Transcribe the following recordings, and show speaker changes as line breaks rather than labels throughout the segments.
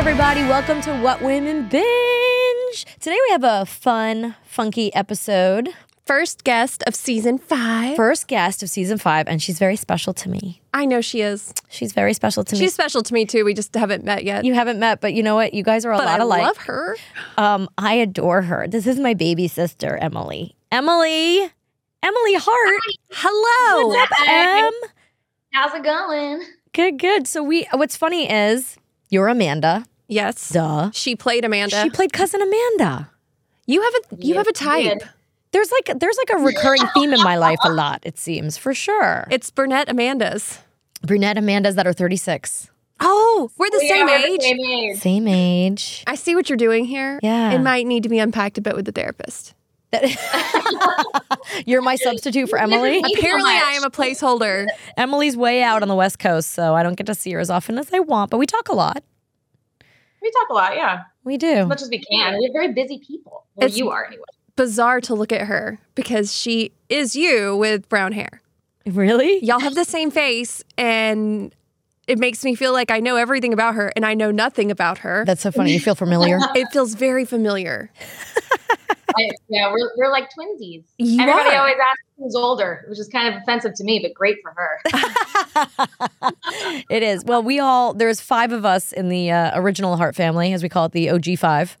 everybody, welcome to What Women Binge. Today we have a fun, funky episode.
First guest of season five.
First guest of season five, and she's very special to me.
I know she is.
She's very special to me.
She's special to me too. We just haven't met yet.
you haven't met, but you know what? You guys are a
but
lot
I
alike.
love her.
Um, I adore her. This is my baby sister, Emily. Emily, Emily Hart.
Hello.
Em,
How's it going?
good, good. So we. What's funny is you're Amanda.
Yes.
Duh.
She played Amanda.
She played cousin Amanda.
you have a you
Yes,
have a
she did.
type.
There's like there's like a recurring theme in my life a lot. It seems for sure.
It's Burnett Amanda's.
brunette Amandas that are 36.
Oh, we're the same age.
Same age.
I see what you're doing here.
Yeah.
It might need to be unpacked a bit with the therapist.
You're my substitute for Emily.
Thank you so
Apparently,
much.
I am a placeholder.
Emily's way out on the West Coast, so I don't get to see her as often as I want, but we talk a lot.
We talk a lot, yeah,
We do.
as much as we
Yeah,
can.
we're very busy people. Well,
It's-
you are anyway.
Bizarre to look at her because she is you with brown hair.
Really?
Y'all have the same face, and it makes me feel like I know everything about her and I know nothing about her.
That's so funny. You feel familiar.
It feels very familiar.
I-
Yeah, we're, we're like twinsies.
You
Everybody
are.
always asks who's older, which is kind of offensive to me, but great for her.
it is. Well, we all there's five of us in the uh, original Hart family, as we call it, the OG five. Um,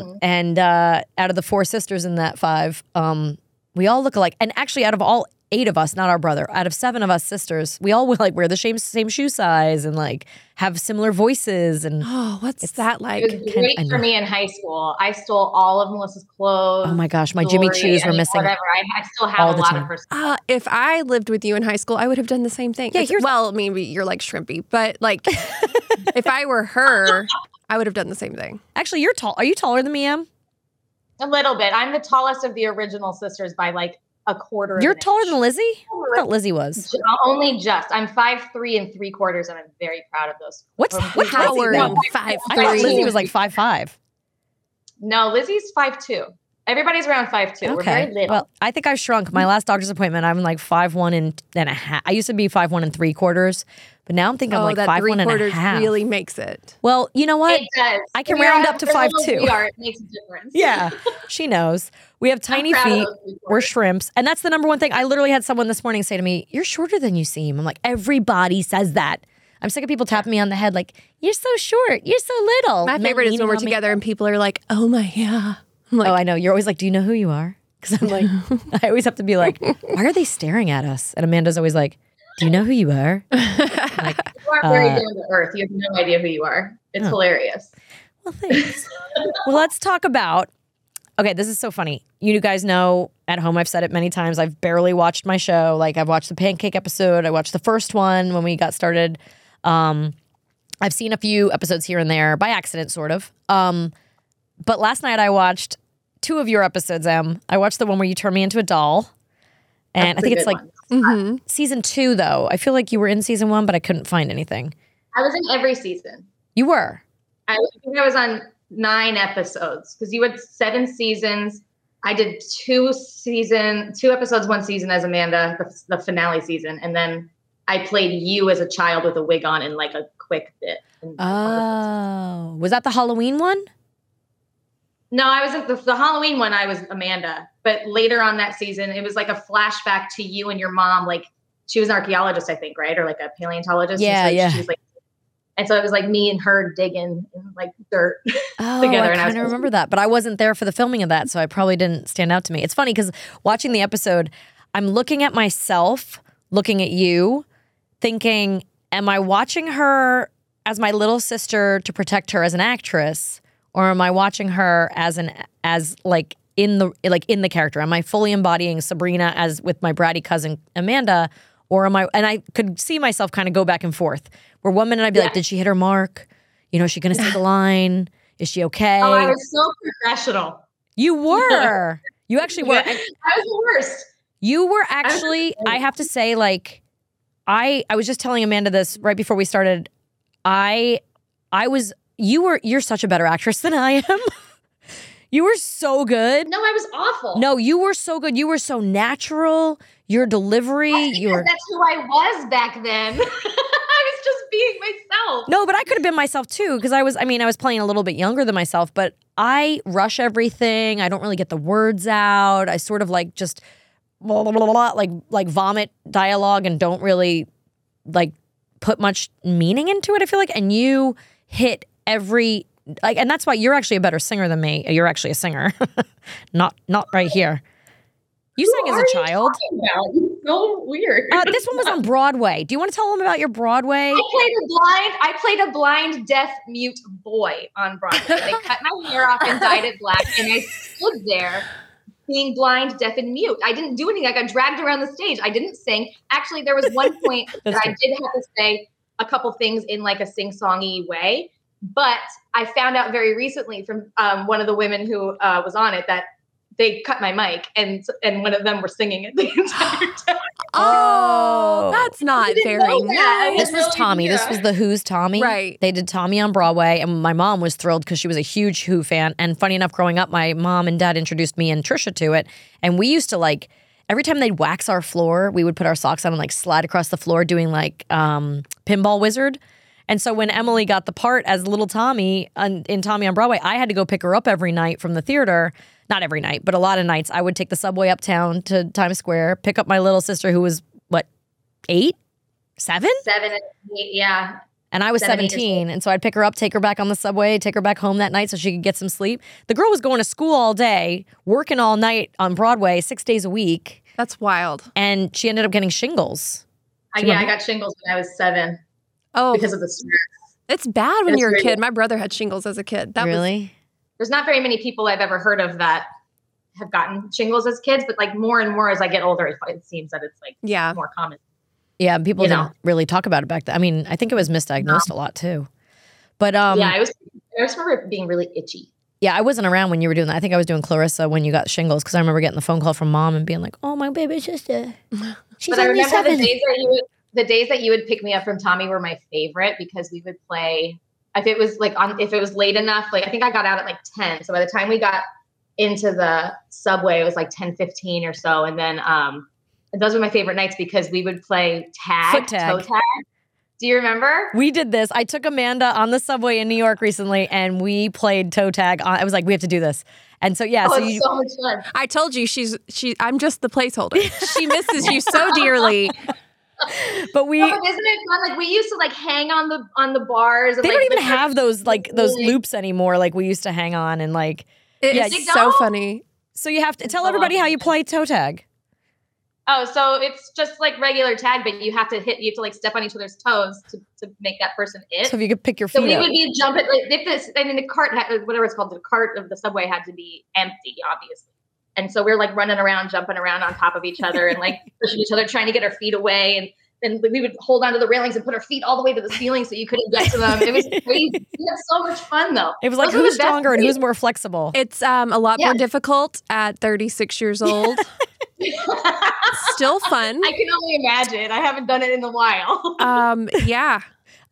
Mm-hmm.
And uh, out of the four sisters in that five, um, we all look alike. And actually, out of all eight of us, not our brother, out of seven of us sisters, we all like wear the same same shoe size and like have similar voices. And
Oh, what's that like?
It was great
I know.
for me in high school. I stole all of Melissa's clothes.
oh my gosh, my Jimmy
jewelry,
shoes
I
were
mean,
missing.
Whatever. I, I still
all
have a
the
lot
time.
of her. stuff.
Uh, if I lived with you in high school, I would have done the same thing.
Yeah,
It's-
here's-
well, maybe you're like shrimpy, but like if I were her, I would have done the same thing.
Actually, you're tall. Are you taller than me, Em?
A little bit. I'm the tallest of the original sisters by like a quarter. of
You're
an
taller
inch.
than Lizzie. I thought Lizzie was.
Ju- Only just. I'm five three and three quarters, and I'm very proud of those.
What's
From-
what's
How
Lizzie?
Howard,
then?
five
I thought
Three.
Lizzie
three.
was like five five.
No, Lizzie's five two. Everybody's around five two. We're very little.
Well, I think I've shrunk. My last doctor's appointment, I'm like five one and, and a half. I used to be five one and three quarters, but now I'm thinking I'm
Oh,
like
that
five
three
one and a
quarters
half.
really makes it.
Well, you know what?
It does.
I can
We are-
round up to
as little
5'2".
as We are. It makes a difference.
yeah, she knows. We have
I'm
tiny
proud of
feet.
those three
We're
quarters.
shrimps, and that's the number one thing. I literally had someone this morning say to me, "You're shorter than you seem." I'm like, everybody says that. I'm sick of people tapping me on the head like, "You're so short. You're so little."
My
Men
favorite is
leaning
when we're
on me.
together and people are like, "Oh my yeah." I'm like,
oh, I know. You're always like, "Do you know who you are?" Because I'm like, I always have to be like, "Why are they staring at us?" And Amanda's always like, "Do you know who you are?"
You are very
Uh, Oh.
down to earth. You have no idea who you are. It's
Huh.
hilarious.
Well, thanks. well, let's talk about. Okay, this is so funny. You guys know at home, I've said it many times. I've barely watched my show. Like, I've watched the pancake episode, I watched the first one when we got started. Um, I've seen a few episodes here and there by accident, sort of. Um, but last night I watched two of your episodes, Em. I watched the one where you turn me into a doll. And
That's
I
a
think it's
good
like
one.
mhm.
season two, though. I feel like you were in season one, but I couldn't find anything.
I was in every season.
You were.
I think I was on nine episodes because you had seven seasons. I did two season, two episodes, one season as Amanda, the, the finale season, and then I played you as a child with a wig on in like a quick bit. in-
Oh. Was that the Halloween one?
No, I was at the, the Halloween one. I was Amanda, but later on that season, it was like a flashback to you and your mom. Like she was an archaeologist, I think, right, or like a paleontologist. and
Yeah,
so
yeah.
She was like, and so it was like me and her digging in like dirt.
Oh,
together,
I
and I was
kind of
like-
remember that, but I wasn't there for the filming of that, so I probably didn't stand out to me. It's funny because watching the episode, I'm looking at myself, looking at you, thinking, "Am I watching her as my little sister to protect her as an actress, or am I watching her as an as like in the like in the character? Am I fully embodying Sabrina as with my bratty cousin Amanda?" Or am I? And I could see myself kind of go back and forth. Where one minute I'd be like,
Yeah.
"Did she hit her mark? You know, is she going to see the line? Is she okay?
Oh, I was so professional.
you were. you actually were.
I was the worst.
You were actually, I have to say, like, I I was just telling Amanda this right before we started. I I was you were you're such a better actress than I am. you were so good.
No, I was awful.
No, you were so good. You were so natural. Your delivery,
That's because
your
that's who I was back then. I was just being myself.
No, but I could have been myself too because I was. I mean, I was playing a little bit younger than myself, but I rush everything. I don't really get the words out. I sort of like just blah, blah, blah, blah, like like vomit dialogue and don't really like put much meaning into it. I feel like, and you hit every like, and that's why you're actually a better singer than me. You're actually a singer, not not right here. You
Who
sang as
are
a
you
child.
talking about? It's so weird.
Uh, this one was on Broadway. Do you want to tell them about your Broadway?
I played a blind. I played a blind, deaf, mute boy on Broadway. They cut my hair off and dyed it black, and I stood there being blind, deaf, and mute. I didn't do anything. I got dragged around the stage. I didn't sing. Actually, there was one point that
That's
I did have to say a couple things in like a sing-songy way, but I found out very recently from um, one of the women who uh, was on it that they cut my mic, and and one of them were singing it the entire time.
Oh.
that's not
didn't
very
know that.
nice.
This was
no
Tommy. This
idea.
was the Who's Tommy.
Right.
They did Tommy on Broadway, and my mom was thrilled because she was a huge Who fan. And funny enough, growing up, my mom and dad introduced me and Trisha to it, and we used to like every time they'd wax our floor, we would put our socks on and like slide across the floor doing like um, pinball wizard. And so when Emily got the part as little Tommy on, in Tommy on Broadway, I had to go pick her up every night from the theater. Not every night, but a lot of nights. I would take the subway uptown to Times Square, pick up my little sister who was what eight, seven
Seven, and eight, yeah.
and I was
Seven, eight years
17. And so I'd pick her up, take her back on the subway, take her back home that night so she could get some sleep. The girl was going to school all day, working all night on Broadway, six days a week,
That's wild.
and she ended up getting shingles.
I,
Do you
yeah, I got shingles when I was seven
Oh,
because of the swear.
it's bad when
That's
you're a
really-
kid. My brother had shingles as a kid. That was
really?
there's not very many people I've ever heard of that have gotten shingles as kids, but like more and more as I get older, it- it seems that it's like
yeah.
more common.
yeah, and people
you know.
didn't really talk about it back then. I mean, I think it was misdiagnosed a lot too. But um,
yeah, I was. I just remember it being really itchy.
Yeah, I wasn't around when you were doing that. I think I was doing Clarissa when you got shingles because I remember getting the phone call from mom and being like, "Oh, my baby sister, she's
but I
only
remember
seven.
the days that you would, the days that you would pick me up from Tommy were my favorite because we would play. If it was like on, if it was late enough, like I think I got out at like ten. So by the time we got into the subway, it was like ten fifteen or so, and then um, and those were my favorite nights because we would play tag,
Foot tag.
toe tag. Do you remember?
We did this. I took Amanda on the subway in New York recently, and we played toe tag. On, I was like, we have to do this. And so yeah,
oh,
so
it's
you,
so much fun.
I told you she's she. I'm just the placeholder. she misses you so dearly.
but we
No, Oh, but isn't it fun? Like we used to like hang on the on the bars. And,
they
like,
don't even
the-
have those like those
Really?
loops anymore. Like we used to hang on and like
It's
Yeah,
you
so
don't?
funny.
so you have to tell
a lot
everybody
of
how you
fun.
play toe tag.
Oh, so it's just like regular tag, but you have to hit. You have to like step on each other's toes to, to make that person it.
So
So,
if you could pick your feet
we
up.
would be jumping. Like, if this, I mean, the cart, had, whatever it's called, the cart of the subway had to be empty, obviously. And so we're like running around, jumping around on top of each other, and like pushing each other, trying to get our feet away. And then we would hold onto the railings and put our feet all the way to the ceiling so you couldn't get to them. It was crazy. we had so much fun though.
It was like
Those were the
who's
best
stronger and
days.
who's more flexible.
It's um, a lot more
Yeah.
difficult at 36 years old. Still fun.
I can only imagine. I haven't done it in a while.
Um, yeah.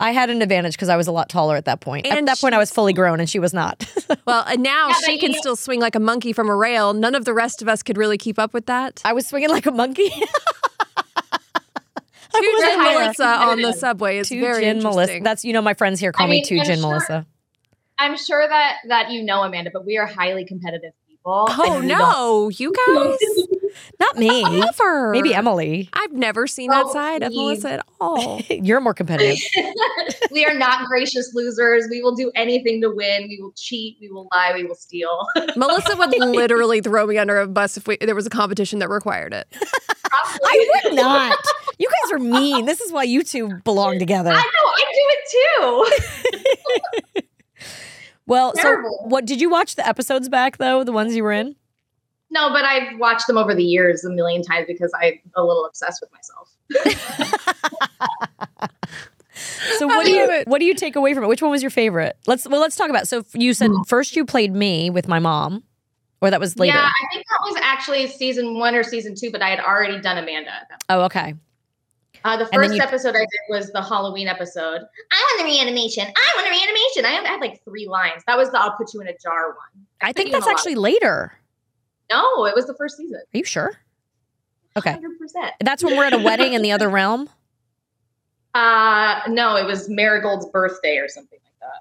I had an advantage because I was a lot taller at that point. At
And
that point, I was fully grown and she was not.
Well, and now
Yeah,
she
but
can
you-
still swing like a monkey from a rail. None of the rest of us could really keep up with that.
I was swinging like a monkey.
Two
wasn't
Gin
there.
Melissa on the subway is
Two
very
gin Melissa.
interesting.
That's you know my friends here call
I
me
mean,
two
I'm
gin
sure-
Melissa.
I'm sure that that you know, Amanda, but we are highly competitive people.
oh
and we don't-
no, you guys
Not me.
never.
Maybe Emily.
I've never seen
Oh,
that side of
please.
Melissa at all.
You're more competitive.
we are not gracious losers. We will do anything to win. We will cheat. We will lie. We will steal.
Melissa would literally throw me under a bus if we, there was a competition that required it.
I would not. You guys are mean. This is why you two belong together.
I know. I do it too.
Well, so
Terrible.
what did you watch the episodes back though? The ones you were in?
No, but I've watched them over the years a million times because I'm a little obsessed with myself.
So
Oh,
what do you what do you take away from it? Which one was your favorite? Let's well let's talk about. So you said
Hmm.
first you played me with my mom, or that was later.
Yeah, I think that was actually season one or season two, but I had already done Amanda at that point.
Oh, okay.
Uh, the
then
first
you-
episode I did was the Halloween episode. I want a reanimation. I want a reanimation. I had- I had like three lines. That was the I'll put you in a jar one.
I think
you in
that's
a lot.
actually later.
No, it was the first season.
Are you sure? Okay.
100%.
That's when we're at a wedding in the other realm.
Uh, no, it was Marigold's birthday or something like that.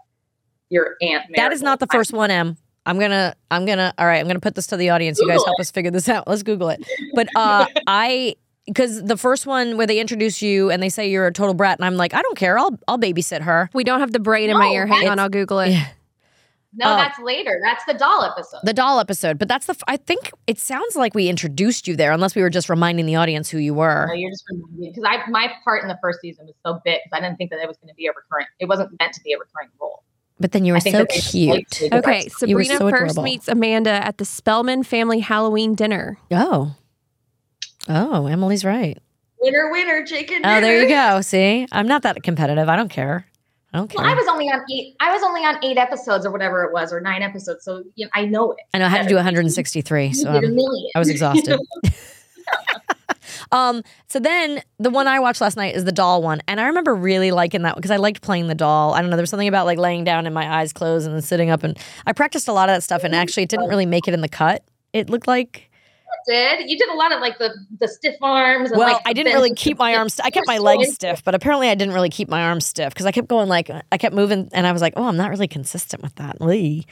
Your aunt. Marigold.
That is not the first one, Em. I'm gonna, I'm gonna, all right, I'm gonna put this to the audience. you guys
Google
help us figure this out. Let's Google it. But uh, I, because the first one where they introduce you and they say you're a total brat, and I'm like, I don't care. I'll, I'll babysit her.
We don't have the braid in my
No,
ear. Hang on,
that's-
I'll Google it.
Yeah.
No,
Oh.
that's later. That's the doll episode.
The doll episode. But that's the, f- I think it sounds like we introduced you there, unless we were just reminding the audience who you were.
No, you're just reminding because I my part in the first season was so big because I didn't think that it was going to be a recurring. It wasn't meant to be a recurring role.
But then you were
I think
so
that they just like
cute.
to do
Okay,
that.
You were
Sabrina
so
first
adorable.
meets Amanda at the Spellman family Halloween dinner.
Oh. Oh, Emily's right.
Winner, winner, chicken.
Oh, there you go. See, I'm not that competitive. I don't care. I don't care.
Well,
I was only on eight. I was only on eight episodes or whatever it was, or nine episodes. So you know, I know it.
I know how to do 163, so
You did a
I'm,
million.
I was exhausted. um, so then the one I watched last night is the doll one, and I remember really liking that because I liked playing the doll. I don't know, there was something about like laying down and my eyes closed and then sitting up, and I practiced a lot of that stuff. And actually, it didn't really make it in the cut. It looked like
did you did a lot of like the the stiff arms? And,
Well,
like,
I
the
didn't
bends
really
and
keep
the
my
stiff-
arms. I kept
You're
my
so
legs
into
stiff, but apparently I didn't really keep my arms stiff because I kept going like I kept moving, and I was like, oh, I'm not really consistent with that. Lee.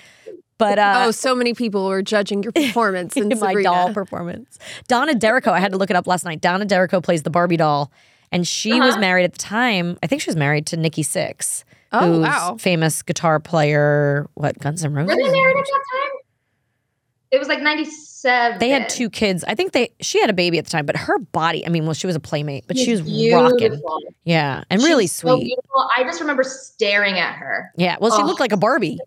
But
oh,
uh,
so many people were judging your performance in
in my
Sabrina.
doll performance, Donna Derrico. I had to look it up last night. Donna Derrico plays the Barbie doll, and she was
Uh-huh.
married at the time. I think she was married to Nikki Six,
Oh
who's
wow!
famous guitar player. What Guns N'
Were
Roses?
they married at that time? It was like '97.
They had two kids. I think they she had a baby at the time, but her body. I mean, well, she was a playmate, but she was rocking.
beautiful.
Yeah, and really
She's so
sweet.
beautiful. I just remember staring at her.
Yeah, well, she
Oh.
looked like a Barbie.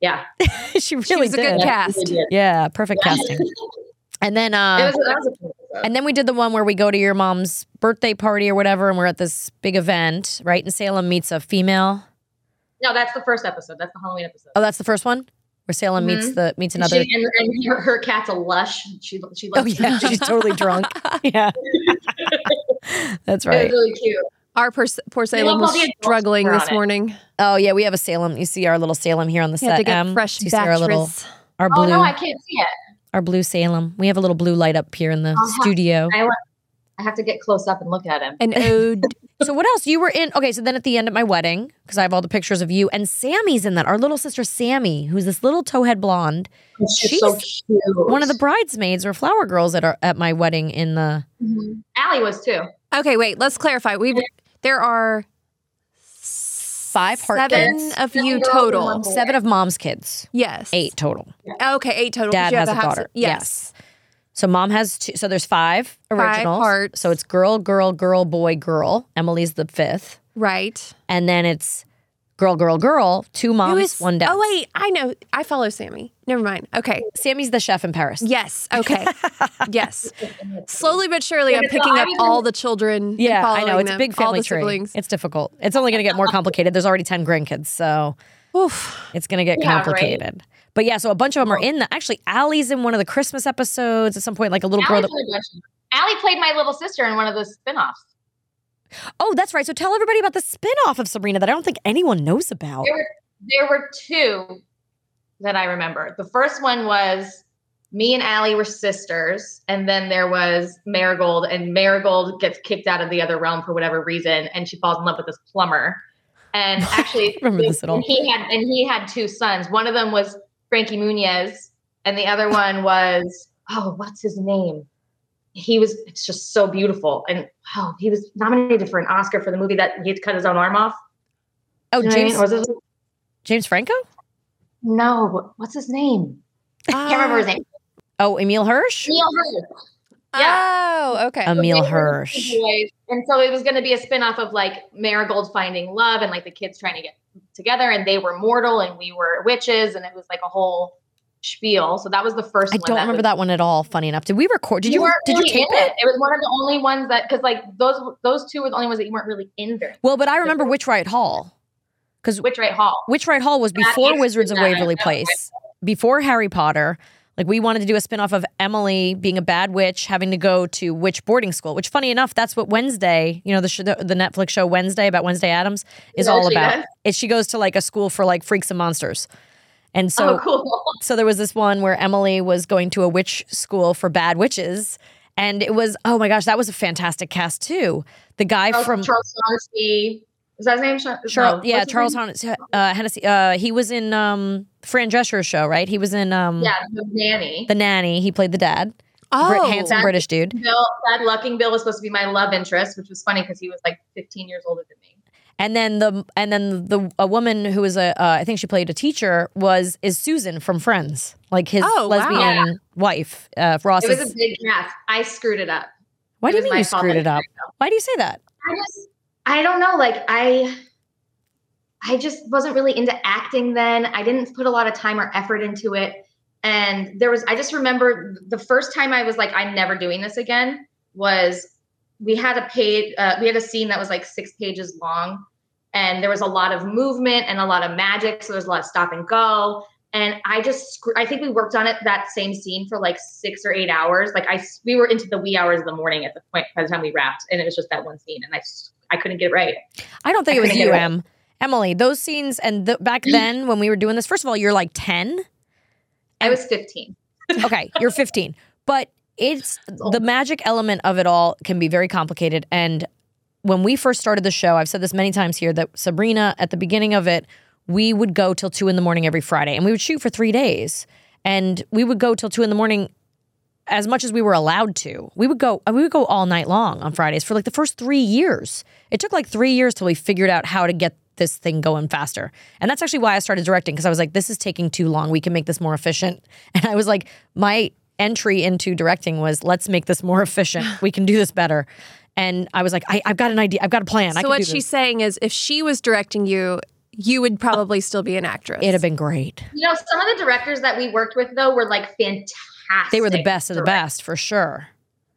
Yeah.
she really
She was a
did.
good
Yeah,
cast.
she did.
Yeah, perfect
Yeah.
casting. And then,
It
uh,
was, that was a cool episode.
and then we did the one where we go to your mom's birthday party or whatever, and we're at this big event, right? And Salem meets a female.
no, that's the first episode. That's the Halloween episode.
Oh, that's the first one where Salem meets the meets
And
another.
Mm-hmm. She, and, and her, her cat's a lush. She she
oh
loves.
yeah, she's totally drunk. Yeah, that's
It was
right.
really cute.
Our pers- poor Salem
love all
was
the adults
struggling
were on
this
it.
morning.
Oh yeah, we have a Salem. You see our little Salem here on the
You
set.
had to get
Em?
fresh
Do you see our um, little
batteries.
our
Oh
blue
no, I can't see it.
our blue Salem. We have a little blue light up here in the
Uh-huh.
studio.
I have to get close up and look at him.
An ode.
So what else? You were in okay. So then at the end at my wedding, because I have all the pictures of you and Sammy's in that. Our little sister Sammy, who's this little towhead blonde,
She's so cute.
Oh, one of the bridesmaids or flower girls at our at my wedding in the.
Mhm. Allie was too.
Okay, wait. Let's clarify. We have there are five
heart
seven
kids.
of
Seven
you
girls and one
total.
boy.
Seven of mom's kids,
Yes,
eight total.
Okay, eight total. 'cause
Dad
you have
has a
the house-
daughter.
Yes.
So mom has two. So there's five originals.
hearts.
So it's girl, girl, girl, boy, girl. Emily's the fifth,
right.
and then it's girl, girl, girl. Two
Who
moms,
is-
one dad.
Oh wait, I know. I follow Sammy. Never mind. Okay.
Sammy's the chef in Paris.
Yes. Okay. yes. Slowly but surely, I'm
Yeah, so
picking
I
up
was-
all the children. and
Yeah, I know.
following
It's a
them,
big
all
family
the
tree.
siblings.
It's difficult. It's only going to get more complicated. There's already 10 grandkids, so
Oof.
it's going to get
Yeah, right.
complicated. But yeah, so a bunch of them are in the. Actually, Allie's in one of the Christmas episodes at some point, like a little girl.
Allie's
That,
really good. Allie played my little sister in one of the spin-offs.
oh, that's right. So tell everybody about the spinoff of Sabrina that I don't think anyone knows about.
There were there were two that I remember. The first one was me and Allie were sisters, and then there was Marigold, and Marigold gets kicked out of the other realm for whatever reason, and she falls in love with this plumber. And actually,
Remember this at all.
He had and he had two sons. One of them was Frankie Muniz, and the other one was oh, what's his name? He was it's just so beautiful, and oh, he was nominated for an Oscar for the movie that he had to cut his own arm off.
Oh,
You know what I mean?
James
Was it-
James Franco?
no, what- what's his name? I can't remember his name.
Oh, Emil Hirsch?
Neil Hirsch.
Oh, okay.
Emil
They were
Uh, Hirsch.
two boys, And so it was going to be a spin-off of like Marigold finding love and like the kids trying to get together and they were mortal and we were witches and it was like a whole spiel. So that was the first
I
one.
don't remember that one at all. Funny enough, did we record? Did you
weren't
did you
really
tape
in
it?
It was one of the only ones that cuz like those those two were the only ones that you weren't really in during.
Well, but I remember Witch Riot Hall because
Witch Right Hall.
Witch Ride Hall was
That
before
is
Wizards of
that I
Waverly
know.
Place, before Harry Potter. Like we wanted to do a spinoff of Emily being a bad witch, having to go to witch boarding school. Which, funny enough, that's what Wednesday, you know, the sh- the, the Netflix show Wednesday about Wednesday Adams is
that
all
what she
about.
does?
Is she goes to like a school for like freaks and monsters, and so
oh cool.
so there was this one where Emily was going to a witch school for bad witches, And it was, oh my gosh, that was a fantastic cast too. The guy
Charles,
from
Charles Shaughnessy. Is that his name? Sha-
Charles,
no.
yeah,
What's his
Charles
name?
Hennessy, uh, Hennessy. Uh, he was in um, Fran Drescher's show, right? He was in um,
Yeah, the nanny.
The Nanny. He played the dad, Brit,
Oh.
handsome
that-
British dude.
Bill, that Lucking Bill was supposed to be my love interest, which was funny because he was like 15 years older than me.
And then the and then the a woman who was a uh, I think she played a teacher was is Susan from Friends, like his
Oh, wow.
lesbian wife. Uh, Ross.
It was
Is,
a big cast. I screwed it up.
why
it
do you
was
mean
my
you
fault
screwed
that
it up? Why do you say that?
I just, I don't know. Like I, I just wasn't really into acting then. I didn't put a lot of time or effort into it. And there was, I just remember the first time I was like, I'm never doing this again was we had a page, uh, we had a scene that was like six pages long and there was a lot of movement and a lot of magic. So there's a lot of stop and go. And I just, scr- I think we worked on it that same scene for like six or eight hours. Like I, s- we were into the wee hours of the morning at the point by the time we wrapped, and it was just that one scene, and I, s- I couldn't get it right.
I don't think
I
it was
couldn't get
you,
it right.
Em. Emily, those scenes and the, back then when we were doing this, first of all, you're like 10.
I was 15.
okay, you're 15. But it's the magic element of it all can be very complicated. And when we first started the show, I've said this many times here that Sabrina, at the beginning of it, we would go till two in the morning every Friday and we would shoot for three days. And we would go till two in the morning as much as we were allowed to. We would go we would go all night long on Fridays for like the first 3 years. It took like 3 years till we figured out how to get this thing going faster. And that's actually why I started directing because I was like this is taking too long. We can make this more efficient. And I was like my entry into directing was let's make this more efficient. We can do this better. And I was like I have got an idea. I've got a plan. I
So
can
what
do
she's
this.
saying is, if she was directing you, you would probably still be an actress.
It'd have been great.
You know, some of the directors that we worked with though were like fantastic.
They were the best of the
directors.
best for sure.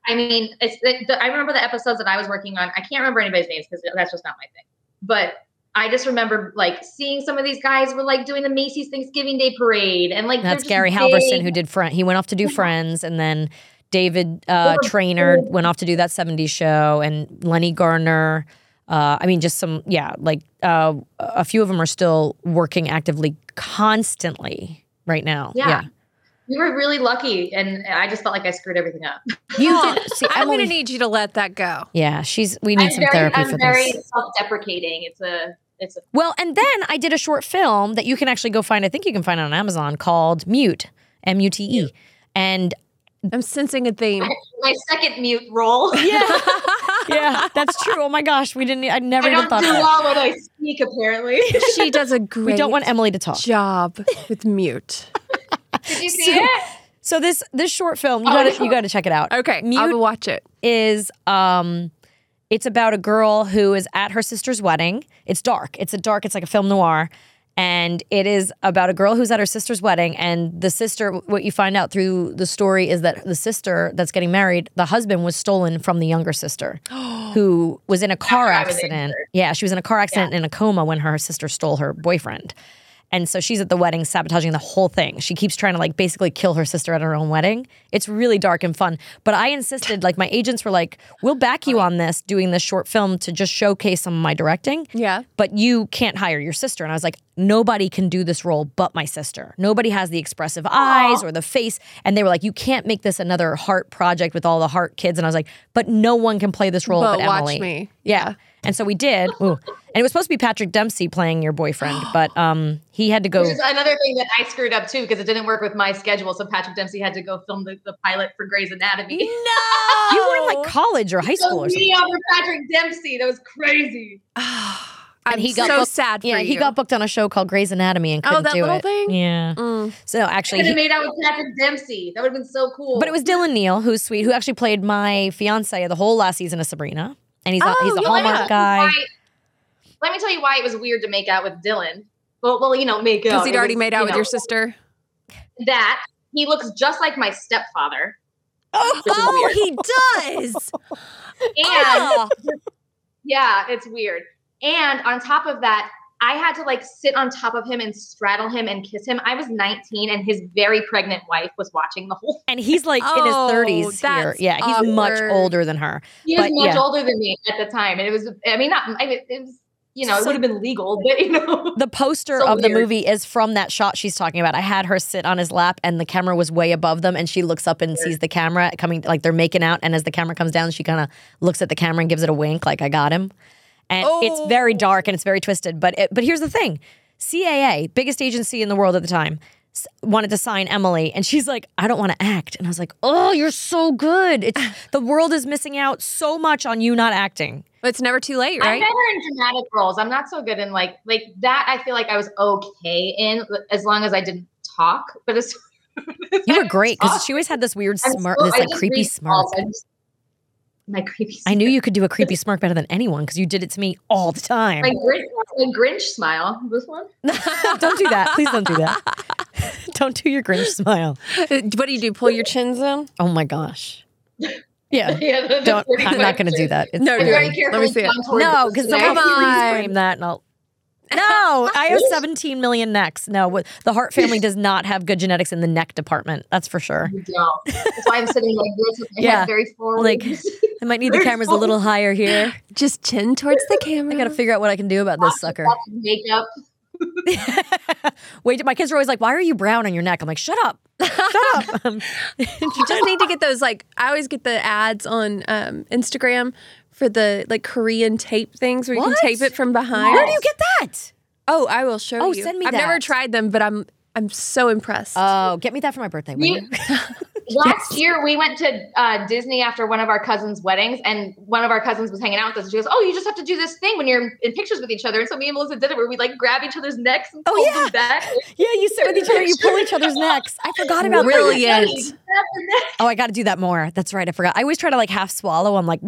I mean, it's the, the, I remember the episodes that I was working on. I can't remember anybody's names because that's just not my thing. But I just remember like seeing some of these guys were like doing the Macy's Thanksgiving Day Parade, and like they're
That's
just
Gary
big.
Halverson who did Friends. He went off to do Friends, and then David uh,
They were
Trainer
big.
went off to do that '70s show, and Lenny Garner. Uh, I mean, just some yeah, like uh, a few of them are still working actively, constantly right now.
Yeah. We were really lucky, and I just felt like I screwed everything up.
you did. See,
I'm
Emily,
going to need you to let that go.
yeah, she's. We need
I'm
some
very,
therapy
I'm
for
very
this.
self-deprecating. It's a, it's a.
Well, and then I did a short film that you can actually go find. I think you can find it on Amazon called Mute, M U T E, and
I'm sensing a theme.
My second mute role.
yeah, yeah, that's true. Oh my gosh, we didn't. I never
I
even
don't
thought
do
of that.
well when I speak. Apparently,
she does a great
We don't want Emily to talk.
job with mute.
did you see it?
So this this short film, you gotta you gotta check it out.
Okay, I
Mute
will watch it.
is um it's about a girl who is at her sister's wedding. It's dark. It's a dark, it's like a film noir. And it is about a girl who's at her sister's wedding. And the sister, what you find out through the story is that the sister that's getting married, the husband was stolen from the younger sister who was in a car
I was
accident. Yeah, she was in a car accident in a coma when her sister stole her boyfriend. And so she's at the wedding sabotaging the whole thing. She keeps trying to like basically kill her sister at her own wedding. It's really dark and fun. But I insisted, like my agents were like, we'll back you on this doing this short film to just showcase some of my directing.
Yeah.
But you can't hire your sister. And I was like, nobody can do this role but my sister. Nobody has the expressive eyes or the face. And they were like, you can't make this another heart project with all the heart kids. And I was like, but no one can play this role
But
but
watch
Emily.
me.
Yeah. And so we did. Ooh. And it was supposed to be Patrick Dempsey playing your boyfriend, but um, he had to go.
Which is another thing that I screwed up too because it didn't work with my schedule. So Patrick Dempsey had to go film the, the pilot for Grey's Anatomy.
No.
You were in like college or high school
So
or something.
me over Patrick Dempsey. That was crazy.
I'm
And he got
so
booked-
sad for
Yeah,
you.
he got booked on a show called Grey's Anatomy and
Oh,
couldn't
that
do
little
it.
thing?
Yeah.
Mm.
So no, actually,
Could have
he,
made out with Patrick Dempsey. That would have been so cool.
but it was Dylan Neal, who's sweet, who actually played my fiance the whole last season of Sabrina, and he's a,
Oh,
he's a
yeah.
Hallmark guy.
Why, let me tell you why it was weird to make out with Dylan. Well, well, you know, make out.
because he'd
It
already
was,
made out
you
with
know,
your sister.
That he looks just like my stepfather,
Oh,
which is
he
weird.
does.
and yeah, it's weird. And on top of that, I had to like sit on top of him and straddle him and kiss him. I was 19, and his very pregnant wife was watching the whole.
and he's like
Oh,
in his 30s here.
that's
Yeah, he's much
awkward.
older than her.
He was
But,
much
yeah.
older than me at the time, and it was. I mean, not. I mean, it was you know, it would have been legal, but you know.
The poster
So
of the
weird.
movie is from that shot she's talking about. I had her sit on his lap and the camera was way above them and she looks up and sees the camera coming like they're making out and as the camera comes down she kind of looks at the camera and gives it a wink like I got him. And it's very
Oh.
dark and it's very twisted, but it, but here's the thing. CAA, biggest agency in the world at the time, s- wanted to sign Emily and she's like, "I don't want to act." And I was like, "Oh, you're so good. It's the world is missing out so much on you not acting."
But it's never too late,
I'm
right?
better in dramatic roles. I'm not so good in like like that. I feel like I was okay in as long as I didn't talk. But as
You were great
Awesome.
because she always had this weird
I'm
smirk,
so-
this
I
like
just
creepy
read
smirk.
calls. I just- My creepy.
I knew you could do a creepy smirk better than anyone because you did it to me all the time.
My Grinch, my Grinch smile. This one.
don't do that. Please don't do that. don't do your Grinch smile.
what do you do? Pull your chins in?
Oh my gosh. Yeah.
Yeah, the- the
Don't.
pretty
I'm not going to do
question.
that. It's
No,
I'm
do
very-
it.
very
Let
careful.
me see it.
No, because someone
Come on.
please frame that. And I'll, no, I have 17 million necks. No, what- the Hart family does not have good genetics in the neck department. That's for sure.
You don't. That's why I'm sitting like this with my
Yeah.
head very forward.
Like- I might need the cameras a little higher here.
Just chin towards the camera.
I got to figure out what I can do about this sucker.
Lots of makeup.
Wait, my kids are always like, "Why are you brown on your neck?" I'm like, "Shut up, shut up." Um,
you just need to get those like I always get the ads on um, Instagram for the like Korean tape things where you
What?
can tape it from behind.
Where do you get that?
Oh, I will show
Oh,
you.
send me
I've never
that.
tried them, but I'm I'm so impressed.
Oh, get me that for my birthday. will
You-
you?
Last year, we went to uh, Disney after one of our cousins' weddings, and one of our cousins was hanging out with us. And she goes, "Oh, you just have to do this thing when you're in, in pictures with each other." And so me and Melissa did it, where we like grab each other's necks and
Oh,
pull
yeah.
them back.
Yeah, you sit with each other, you pull each other's necks. I forgot about that.
Brilliant.
Oh, I got to do that more. That's right. I forgot. I always try to like half swallow. I'm like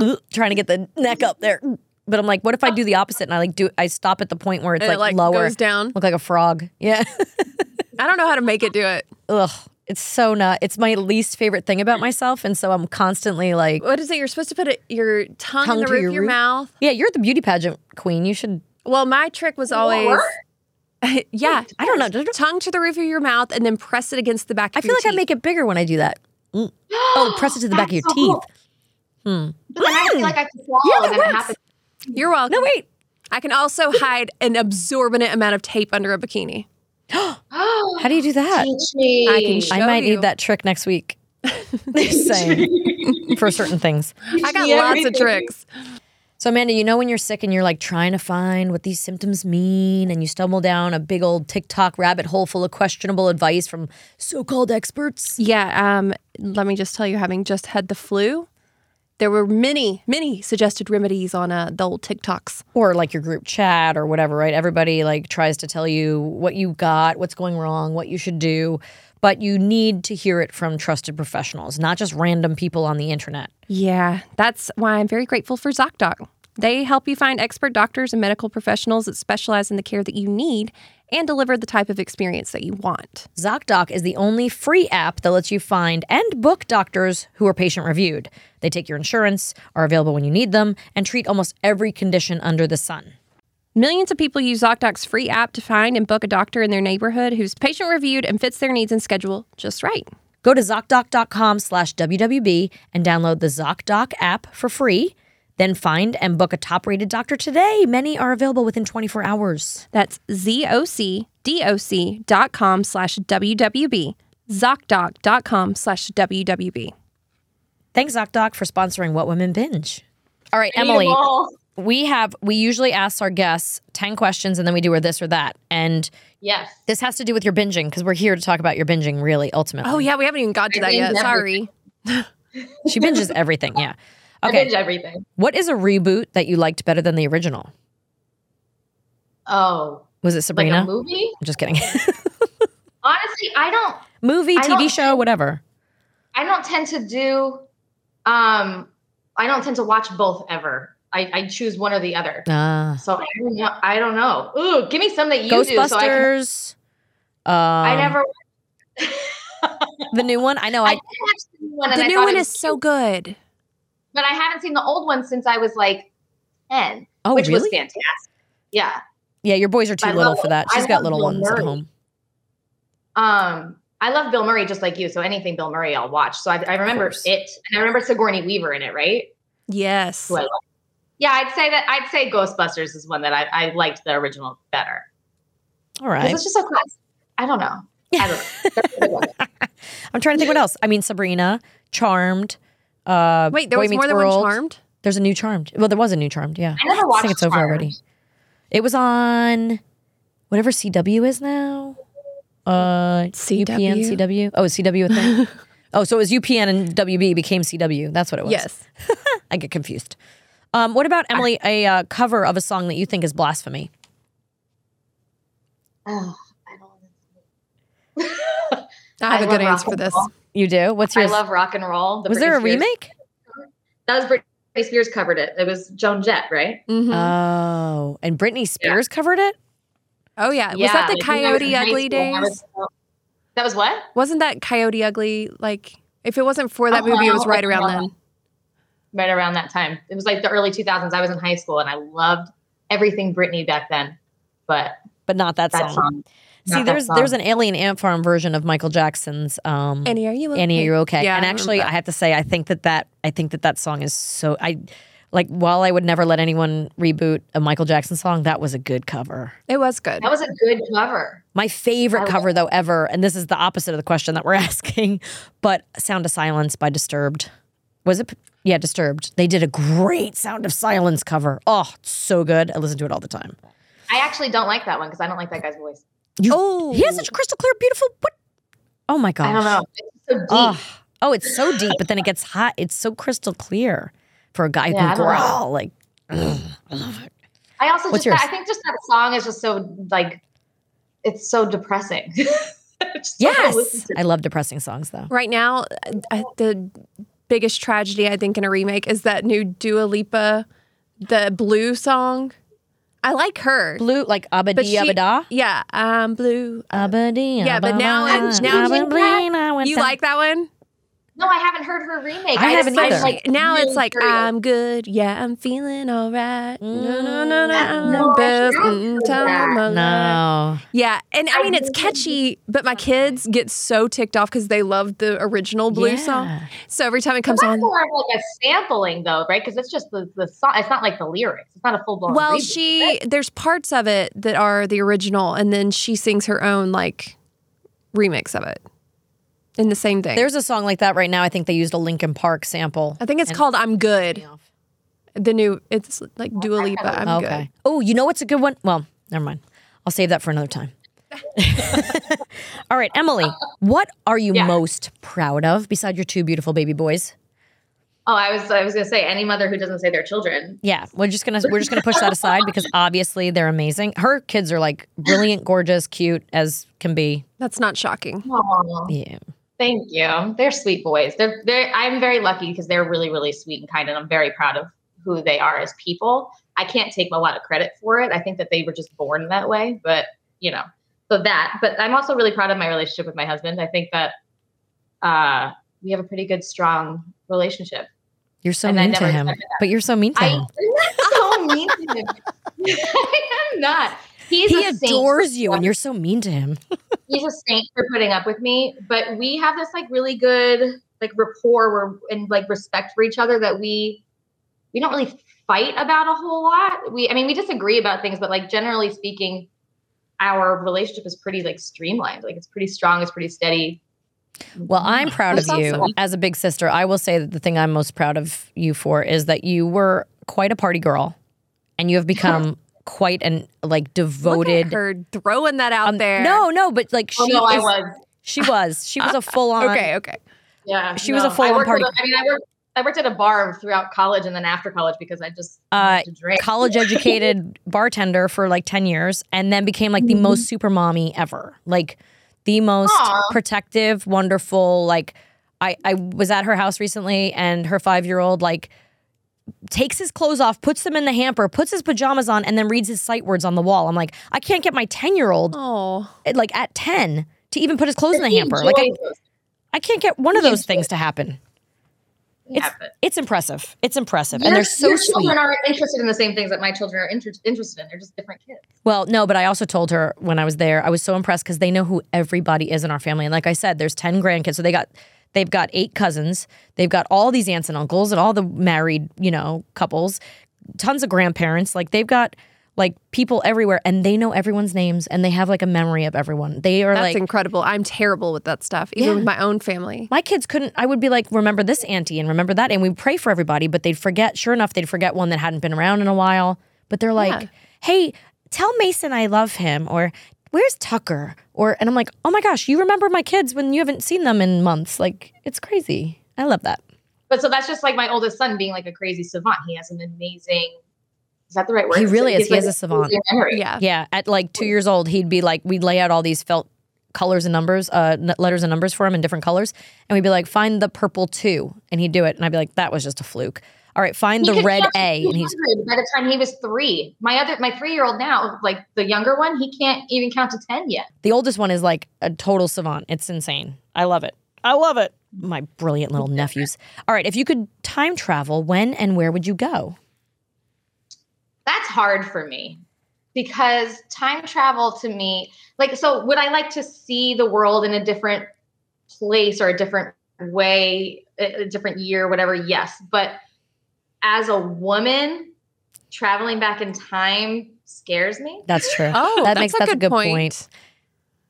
"Ugh," trying to get the neck up there, but I'm like, what if I do the opposite and I like do? I stop at the point where it's
And
like,
it like
lower,
goes down.
look like a frog. Yeah.
I don't know how to make it do it.
Ugh. It's so not. It's my least favorite thing about myself, and so I'm constantly like,
What is it? You're supposed to put it, your tongue,
Tongue
in the
to
roof
your
of your
roof?
mouth.
yeah, you're the beauty pageant queen. You should.
Well, my trick was always yeah.
I don't know. Did-
Tongue to the roof of your mouth and then press it against the back of
I feel like I make it bigger when I do that. Mm. Oh, press it to the back of your
That's so
teeth.
cool. But then I feel like I can swallow,
Yeah, that
and then it
works.
happens.
You're welcome.
No, wait.
I can also hide an absorbent amount of tape under a bikini.
Oh,
How do you do that?
teach me?
I can show
I might
you.
need that trick next week. Just saying for certain things.
I got
Yeah,
lots of
everything.
tricks.
So Amanda, you know when you're sick and you're like trying to find what these symptoms mean, and you stumble down a big old TikTok rabbit hole full of questionable advice from so-called experts.
Yeah. Um, let me just tell you, having just had the flu, there were many, many suggested remedies on uh, the old TikToks.
or like your group chat or whatever, right? Everybody like tries to tell you what you got, what's going wrong, what you should do, but you need to hear it from trusted professionals, not just random people on the internet.
Yeah. That's why I'm very grateful for ZocDoc. They help you find expert doctors and medical professionals that specialize in the care that you need and deliver the type of experience that you want.
ZocDoc is the only free app that lets you find and book doctors who are patient reviewed. They take your insurance, are available when you need them, and treat almost every condition under the sun.
Millions of people use ZocDoc's free app to find and book a doctor in their neighborhood who's patient reviewed and fits their needs and schedule just right.
Go to ZocDoc.com slash WWB and download the ZocDoc app for free. Then find and book a top rated doctor today. Many are available within 24 hours.
That's Z-O-C-D-O-C dot com slash WWB. ZocDoc dot com slash WWB.
Thanks, ZocDoc, for sponsoring What Women Binge. All right,
Eat 'em
Emily,
all.
we have, we usually ask our guests 10 questions and then we do or this or that. And
Yes.
this has to do with your binging because we're here to talk about your binging, really, ultimately.
Oh, yeah, we haven't even got to that yet. Sorry.
She binges everything, yeah.
I
Okay,
binge everything.
what is a reboot that you liked better than the original?
Oh,
Was it
like
Sabrina?
a movie?
I'm just kidding.
Honestly, I don't.
Movie,
I
TV
don't-
show, whatever.
I don't tend to do um I don't tend to watch both ever. I, I choose one or the other.
Ah.
So I don't know. I don't know. Ooh, give me some that you do. So I, can,
Ghostbusters. um,
I never
the new one. I know.
I
I,
did watch the new one and
The
I
new
thought it
one
was
is so good.
cute, but I haven't seen the old one since I was like 10,
oh
which
really?
was fantastic. Yeah.
yeah, your boys are too
I
little
love
for
it.
that.
I
She's got
love
little
Bill
ones at
Murray.
home.
Um I love Bill Murray just like you. So anything Bill Murray I'll watch. So I, I remember
course.
it and I remember Sigourney Weaver in it, right?
Yes.
Who I love. Yeah, I'd say that I'd say Ghostbusters is one that I, I liked the original better.
All
'Cause
right.
It's just so classic. I don't know. I don't know.
I'm trying to think what else. I mean, Sabrina, Charmed. Uh,
Wait, there
Boy
was
Meets
more than
World.
one charmed.
There's a new Charmed. Well, there was a new Charmed. Yeah.
I never
I
watched
think it's over
Charmed.
already. It was on whatever CW is now. Uh, UPN,
CW.
CW. Oh, is CW a thing? oh, so it was UPN and WB became CW. That's what it was.
Yes.
I get confused. Um, what about Emily? A uh, cover of a song that you think is blasphemy?
Oh, I don't
I have
I
a good
love
answer
rock
for
and
this.
roll.
You do. What's
I
yours?
love rock and roll. the
was there a
Britney Spears-
remake?
That was Britney Spears covered it. It was Joan Jett, right?
Mhm.
Oh, and Britney Spears covevered it.
oh
Uh,
yeah. Was that the
like, when I was in
Coyote
high
Ugly
school,
days?
I was- that was what?
Wasn't that Coyote Ugly like? If it wasn't for that
Oh,
movie, it
wow.
was right around
Wow.
then.
Right around that time. It was like the early 2000s. I was in high school and I loved everything Britney back then. But
But not that,
that
song.
song.
See,
not that
there's there's
song.
an Alien Ant Farm version of Michael Jackson's um,
Annie, are you? Okay?
Annie, you're okay.
Yeah,
and
I remember
actually,
that.
I have to say, I think that that I think that that song is so I like. While I would never let anyone reboot a Michael Jackson song, that was a good cover.
It was good.
That was a good cover.
My
I
favorite
love
cover though ever, and this is the opposite of the question that we're asking, but "Sound of Silence" by Disturbed. Was it? Yeah, Disturbed. They did a great "Sound of Silence" cover. Oh, it's so good. I listen to it all the time.
I actually don't like that one because I don't like that guy's voice.
oh,
He has such crystal clear, beautiful. What? Oh my gosh.
I don't know. It's so deep.
Oh, oh, it's so deep, but then it gets hot. It's so crystal clear for a guy who
Yeah,
can
I don't know.
growl like. ugh, I love it.
I also
What's
just
yours?
that, I think just that song is just so like it's so depressing. It's just so
Yes,
hard to listen to.
I love depressing songs though.
Right now, I, the biggest tragedy I think in a remake is that new Dua Lipa, the Blue song. I like her,
Blue, like abadi
she-
abada.
yeah, I'm blue.
Abadi,
Yeah, but now it's- now
abada,
you like
abada, abada.
you like that one?
No, I haven't heard her remake.
I
just-
haven't
I'm,
either.
like,
now
really
it's like
curious.
I'm good. Yeah, I'm feeling all right. No, no, no, no,
Mm,
I'm
no,
the best.
I haven't
Mm,
heard
time of
that.
my life.
No,
Yeah, and I
I
mean it's
really-
catchy, but my kids get so ticked off because they love the original Blue
Yeah.
song. So every time it
But
comes
that's
on,
more of like a sampling though, right? Because it's just the, the song. It's not like the lyrics. It's not a full blown.
Well, she there's parts of it that are the original, and then she sings her own like remix of it in the same thing.
There's a song like that right now. I think they used a Linkin Park sample.
I think it's called "I'm Good."
off.
The new it's like Dua Lipa. I'm
okay. Oh, you know what's a good one? Well, never mind. I'll save that for another time. All right, Emily, what are you
Yeah.
most proud of beside your two beautiful baby boys?
Oh, I was I was gonna say any mother who doesn't say their children.
Yeah, we're just gonna we're just gonna push that aside because obviously they're amazing. Her kids are like brilliant, gorgeous, cute as can be.
good. That's not shocking.
Oh,
Yeah.
thank you. They're sweet boys. They're they I'm very lucky because they're really really sweet and kind, and I'm very proud of who they are as people. I can't take a lot of credit for it. I think that they were just born that way, but you know, so that. But I'm also really proud of my relationship with my husband. I think that uh, we have a pretty good, strong relationship.
You're so
And I
mean to
never
him.
expected
But you're so mean to
I
him.
am not so mean to him. I am not. He's
He
a saint.
adores you and you're so mean to him.
He's a saint for putting up with me. But we have this like really good like rapport where, and like respect for each other that we we don't really fight about a whole lot. We I mean we disagree about things, but like generally speaking, our relationship is pretty like streamlined. Like it's pretty strong. It's pretty steady.
Well, I'm proud of
That's
you
awesome.
as a big sister. I will say that the thing I'm most proud of you for is that you were quite a party girl and you have become quite an like
Look at
devoted
her throwing that out
Um,
there.
No, no, but like she
Oh no, I
is-
was.
she was. She was a full on
Okay, okay.
Yeah,
She was a
I
full-on
worked at
party-
a- I mean, I worked. I worked at a bar throughout college and then after college because I just
Uh,
wanted to drink.
college educated bartender for like 10 years and then became like the most super mommy ever. Like the most
Aw.
protective, wonderful, like I, I was at her house recently and her five year old like takes his clothes off, puts them in the hamper, puts his pajamas on, and then reads his sight words on the wall. I'm like, I can't get my 10 year old
Oh,
like at 10 to even put his clothes in the
He
hamper. Like I,
enjoys those.
I can't get one of
He
those
enjoys
things to happen.
Yeah,
it's-
but
It's impressive. It's impressive. and
your-
they're so
your
sweet.
children aren't interested in the same things that my children are inter- interested in. They're just different kids.
Well, no, but I also told her when I was there, I was so impressed because they know who everybody is in our family. And like I said, there's 10 grandkids. So they got they've got eight cousins, they've got all these aunts and uncles and all the married, you know, couples, tons of grandparents. Like they've got like people everywhere and they know everyone's names and they have like a memory of everyone. They are
That's
like
incredible. I'm terrible with that stuff, even
Yeah.
with my own family.
my kids couldn't I would be like remember this auntie and remember that and we pray for everybody but they'd forget sure enough they'd forget one that hadn't been around in a while but they're like
Yeah.
hey tell Mason I love him or where's Tucker or and I'm like oh my gosh you remember my kids when you haven't seen them in months like it's crazy I love that
But so that's just like my oldest son being like a crazy savant. He has an amazing. Is that the right word?
He really is.
He's
He has
like
a savant.
amazing memory.
Yeah.
yeah at like 2 years old he'd be like we'd lay out all these felt colors and numbers uh n- letters and numbers for him in different colors and we'd be like find the purple 2 and he'd do it and I'd be like that was just a fluke all right find
He
the
could
red
count to
A and he's
200 by the time he was three. My other, my three-year-old now, like the younger one, he can't even count to ten yet.
The oldest one is like a total savant. It's insane. I love it. I love it. My brilliant little nephews. All right, if you could time travel, when and where would you go?
That's hard for me because time travel to me, like, so would I like to see the world in a different place or a different way, a a different year, whatever? Yes. But as a woman, traveling back in time scares me.
That's true.
Oh,
That
that's
makes-
a
that's a
good
good
point.
point.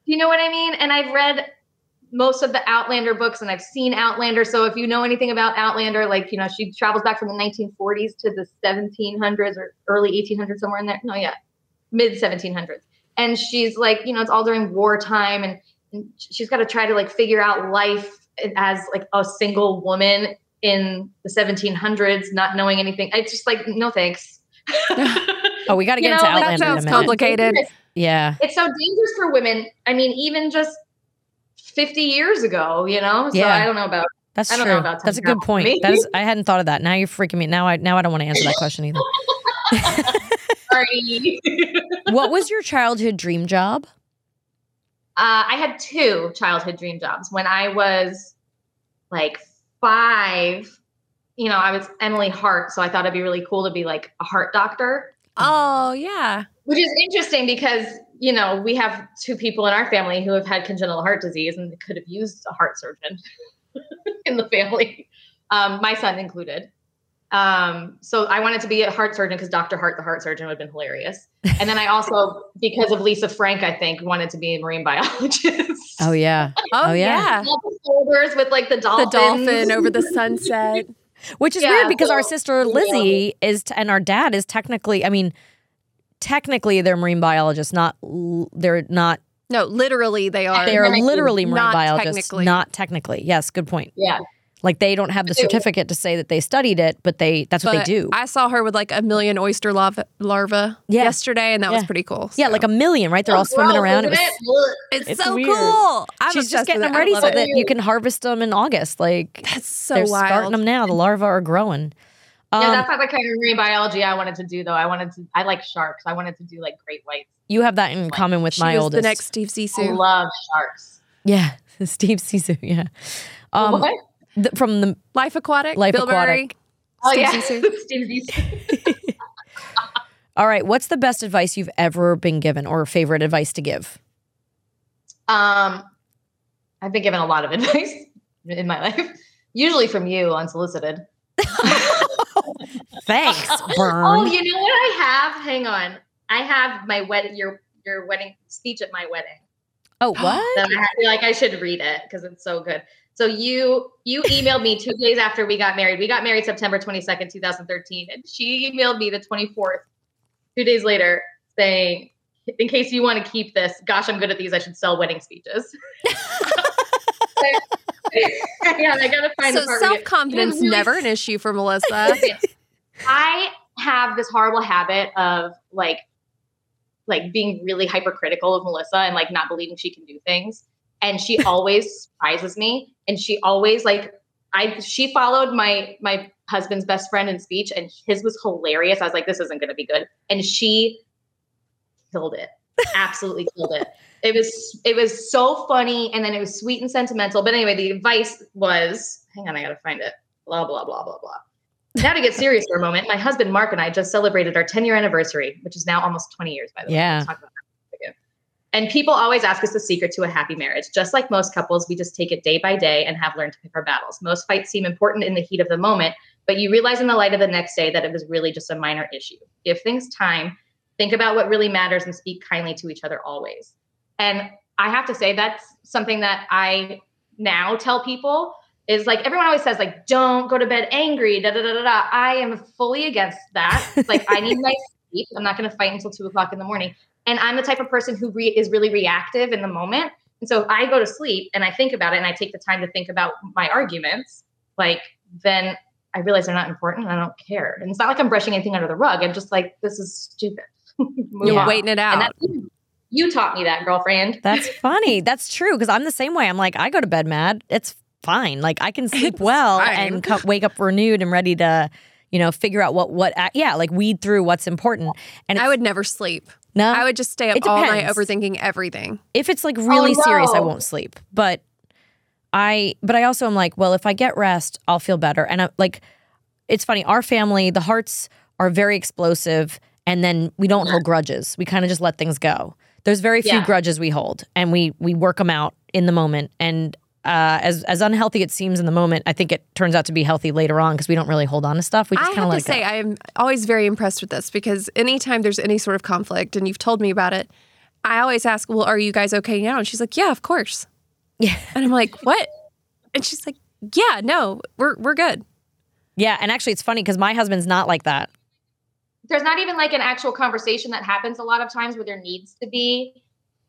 You know what I mean? And I've read most of the Outlander books and I've seen Outlander. So if you know anything about Outlander, like, you know, she travels back from the 1940s to the 1700s or early 1800s, somewhere in there. No, yeah, mid 1700s. And she's like, you know, it's all during wartime and, and she's got to try to like figure out life as like a single woman in the 1700s, not knowing anything. It's just like, no thanks.
Oh, we got to
You
get
know,
into
that
That
Outlander in a
sounds
minute.
complicated.
yeah.
it's so dangerous for women. I mean, even just 50 years ago, you know? So
Yeah.
I don't know about
That's
I
true.
don't know about
That's a
time
good point.
travel.
That is I hadn't thought of that. Now you're freaking me. Now I now I don't want to answer that question either.
sorry. uh,
what was your childhood dream job?
I had two childhood dream jobs. When I was like five, you know, I was Emily Hart. So I thought it'd be really cool to be like a heart doctor.
Oh, yeah.
Which is interesting because, you know, we have two people in our family who have had congenital heart disease and could have used a heart surgeon in the family, um, my son included. Um, so I wanted to be a heart surgeon because Dr. Hart, the heart surgeon, would have been hilarious. And then I also, because of Lisa Frank, I think, wanted to be a marine biologist.
Oh yeah.
Oh,
Oh, yeah.
yeah.
All the shoulders with like the
The
dolphins.
dolphin over the sunset.
Which is
Yeah,
weird because our
so-
sister Lizzie is, t- and our dad is technically, I mean, technically they're marine biologists, not, l- they're not,
No, literally, they are.
they are literally marine
Not
biologists,
technically.
not technically. Yes, good point.
Yeah.
Like they don't have the
Ew.
certificate to say that they studied it, but they, that's what
But
they do.
I saw her with like a million oyster lava, larva
Yeah.
yesterday, and that was
Yeah.
pretty cool.
yeah,
so.
like a million, right? They're all swimming
Gross,
around. It
Oh, isn't
was-
Ugh.
it's,
it's
so
weird.
cool. I'm
she's
obsessed
just getting
with
them
it. I
ready
love
so
it.
that you can harvest them in August. Like
That's so
they're
wild.
starting them now. The larvae are growing. Um,
yeah, that's not the kind of marine biology I wanted to do, though. I wanted to, I like sharks. I wanted to do like great whites.
you have that in common with
she
my
was
oldest.
the next Steve
I
Zissou.
love sharks.
yeah, Steve Sisu. Yeah. Um,
What?
th- from the
Life Aquatic.
Life
Bill Murray.
Oh
Steve
yeah,
Zissou.
Steve Zissou.
All right. What's the best advice you've ever been given or favorite advice to give?
Um, I've been given a lot of advice in my life, usually from you, unsolicited.
Thanks, Bern.
Oh, you know what I have? Hang on, I have my wedding, your your wedding speech at my wedding.
oh, what?
That I had- feel like I should read it because it's so good. So you you emailed me two days after we got married. We got married September twenty second, two thousand thirteen, and she emailed me the twenty fourth, two days later, saying, "In case you want to keep this, gosh, I'm good at these. I should sell wedding speeches." yeah, I gotta find the
So
part where you-
self confidence
It was really-
never an issue for Melissa.
I have this horrible habit of like like being really hypercritical of Melissa and like not believing she can do things. And she always surprises me. And she always like I she followed my my husband's best friend in speech and his was hilarious. I was like, this isn't gonna be good. And she killed it. Absolutely killed it. It was it was so funny and then it was sweet and sentimental. But anyway, the advice was hang on, I gotta find it. Blah blah blah blah blah. Now to get serious for a moment, my husband Mark and I just celebrated our 10 year anniversary, which is now almost 20 years, by the way.
Yeah.
Let's talk about that again. And people always ask us the secret to a happy marriage. Just like most couples, we just take it day by day and have learned to pick our battles. Most fights seem important in the heat of the moment, But you realize in the light of the next day that it was really just a minor issue. Give things time, think about what really matters, and speak kindly to each other always. And I have to say, that's something that I now tell people is like everyone always says like don't go to bed angry da da da da da i am fully against that like i need my sleep i'm not going to fight until two o'clock in the morning and i'm the type of person who re- is really reactive in the moment and so if i go to sleep and i think about it and i take the time to think about my arguments like then i realize they're not important and i don't care and it's not like i'm brushing anything under the rug i'm just like this is stupid
You're waiting it out.
you taught me that girlfriend
That's funny. That's true because I'm the same way. I'm like I go to bed mad. It's fine. Like I can sleep well
fine.
and co- wake up renewed and ready to, you know, figure out what what ac- yeah, like weed through what's important. And
I
it's-
would never sleep.
no,
I would just stay
It
up all night
depends.
overthinking everything.
if it's
Oh,
like really serious, I
no.
won't sleep. But I but I also am like, well, if I get rest, I'll feel better. And I like it's funny, our family, the hearts are very explosive and then we don't hold grudges. We kind of just let things go. There's very few
Yeah.
grudges we hold and we we work them out in the moment and uh, as as unhealthy it seems in the moment, I think it turns out to be healthy later on because we don't really hold on to stuff. We just
I
kind of
have
let
to
it go.
say, I am always very impressed with this because anytime there's any sort of conflict, and you've told me about it, I always ask, Well, are you guys okay now? And she's like, Yeah, of course.
Yeah.
And I'm like, What? And she's like, Yeah, no, we're, we're good.
yeah, and actually, it's funny because my husband's not like that.
there's not even like an actual conversation that happens a lot of times where there needs to be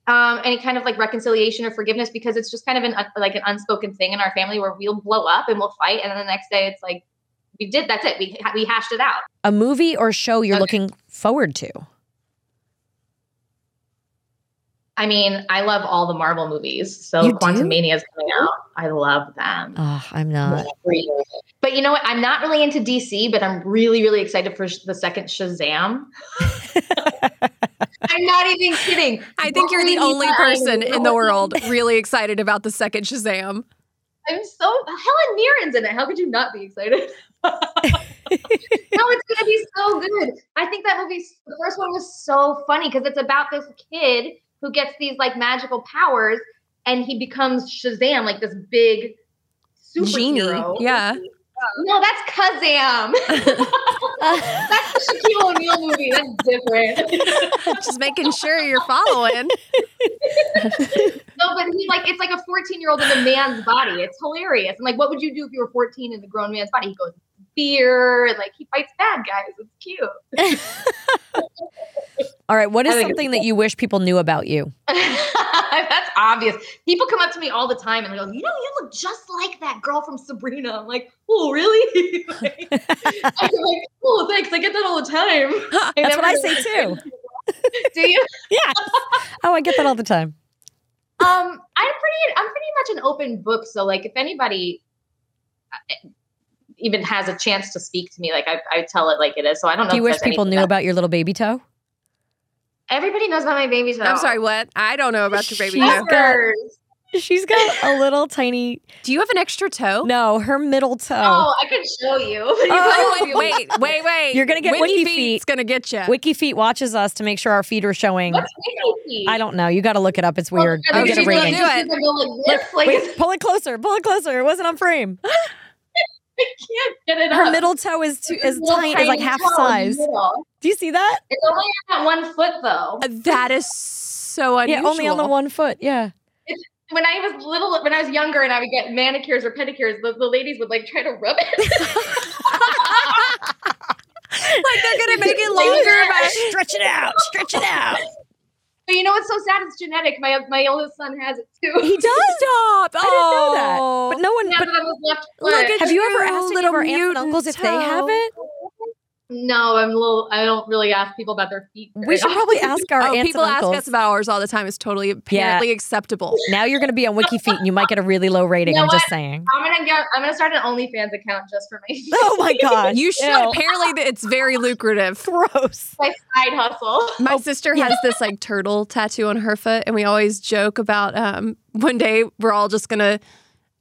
um, any kind of like reconciliation or forgiveness because it's just kind of an un- like an unspoken thing in our family where we'll blow up and we'll fight and then the next day it's like we did that's it we ha- we hashed it out.
A movie or show you're
Okay.
looking forward to?
I mean, I love all the Marvel movies, so
You do?
Quantum Mania is coming out. I love them.
Oh, I'm not.
But you know what? I'm not really into DC, but I'm really, really excited for sh- the second Shazam. I'm not even kidding.
I think you're the
Believe
only
that I am
person in the
not-
world really excited about the second Shazam.
I'm so Helen Mirren's in it. How could you not be excited? no, it's gonna be so good. I think that movie, the first one was so funny because it's about this kid who gets these like magical powers and he becomes Shazam, like this big
Genie,
superhero.
yeah.
No, that's Kazam. that's the Shaquille O'Neal movie. That's different.
Just making sure you're following.
No, but he like it's like a 14 year old in a man's body. It's hilarious. And like, what would you do if you were 14 in a grown man's body? He goes beer. and, Like he fights bad guys. It's cute.
All right, what
I
is
think it's
something that you wish people knew about you?
That's obvious. People come up to me all the time and they go, "You know, you look just like that girl from Sabrina." I'm like, "Oh, really?" like, I'm like, "Oh, thanks. I get that all the time."
That's
never
what I
knew
say too.
Do you?
Yeah. Oh, I get that all the time.
Um, I'm pretty. I'm pretty much an open book. So, like, if anybody uh, even has a chance to speak to me, like, I, I tell it like it is. So I don't know.
Do you
if
wish
there's
people
anything
knew
that-
about your little baby toe?
Everybody knows about my baby. Shower.
I'm sorry, what? I don't know about your baby.
She's
Toe.
got- She's got a little tiny.
Do you have an extra toe?
No, her middle toe.
Oh, I could show you.
Oh,
Oh, wait, wait, wait.
You're gonna get Wiki
Whitney
feet.
Feet's gonna get you.
Wiki Feet watches us to make sure our feet are showing.
What's Mickey?
I don't know. You got to look it up. It's weird.
Oh,
you
she's
get a
gonna
rating.
do it.
She's gonna go like this, like
Wait, pull it closer. Pull it closer. It wasn't on frame.
I can't get it
Her
up.
middle toe is too,
It's a
is
little
tiny, is like half
toe in the
size.
middle.
Do you see that?
It's only on that one foot though.
Uh, That is so unusual.
Yeah, only on the one foot. Yeah.
When I was little, when I was younger, and I would get manicures or pedicures, the, the ladies would like try to rub it.
Like they're gonna make it longer. by-
Stretch it out. Stretch it out.
but you know what's so sad? It's genetic. My my oldest son has it too.
He does.
Stop.
I didn't know that.
Oh.
But no one.
Now
But
that I'm with left foot.
Look at
have you ever
True
asked any of
little
our aunts and
mutant
uncles if they have
toe.
it?
no, I'm a little. I don't really ask people about their feet.
We
very
should probably
often.
ask our
oh,
aunts
people
and
ask
uncles.
us about ours all the time. It's totally apparently acceptable.
now you're going to be on Wiki Feet and you might get a really low rating.
You know
I'm just saying.
I'm gonna get. I'm gonna start an OnlyFans account just for my
Oh my god,
You should.
Ew.
Apparently, th- it's very lucrative.
Gross.
my side hustle.
My
Oh.
sister has this like turtle tattoo on her foot, and we always joke about um, one day we're all just gonna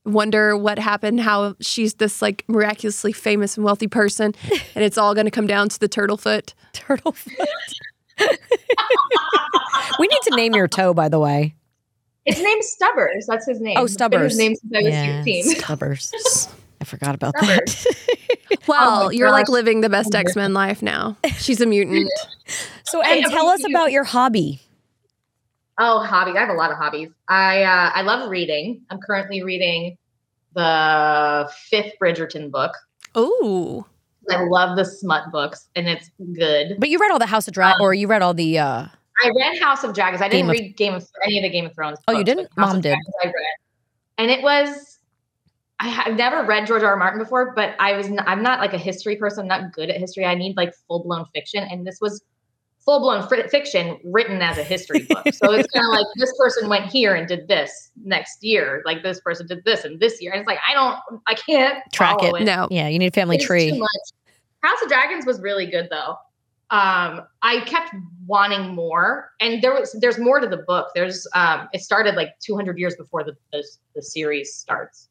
wonder what happened, how she's this like miraculously famous and wealthy person, and it's all gonna come down to the turtle foot.
Turtle foot. we need to name your toe, by the way.
His name's Stubbers. That's his name.
Oh,
It's been
Stubbers.
His name since I was
Yeah,
16.
Stubbers. I forgot about
Stubbers.
that.
Well,
my
you're like
gosh.
living the best X Men life now. She's a mutant.
So, and
I
tell us
appreciate-
about your hobby.
Oh, hobbies. I have a lot of hobbies. I uh, I love reading. I'm currently reading the fifth Bridgerton book.
Ooh.
I love the smut books, and it's good.
But you read all the House of Dragon, or you read all the. uh
I read House of Dragons. I didn't
Game of-
read Game of any of the Game of Thrones.
Oh, you
books,
didn't?
but House
Mom
of
did.
Dragons I read, and it was. I ha- I've never read George R. R. Martin before, but I was. N- I'm not like a history person. I'm not good at history. I need like full blown fiction, and this was full blown fr- fiction written as a history book. So it's kind of like this person went here and did this next year. Like this person did this and this year, and it's like I don't. I can't
Track
follow
it.
No.
Yeah, you need a family
it's
tree.
too much. House of Dragons was really good though. Um, I kept wanting more, and there was there's more to the book. There's um, it started like 200 years before the the, the series starts,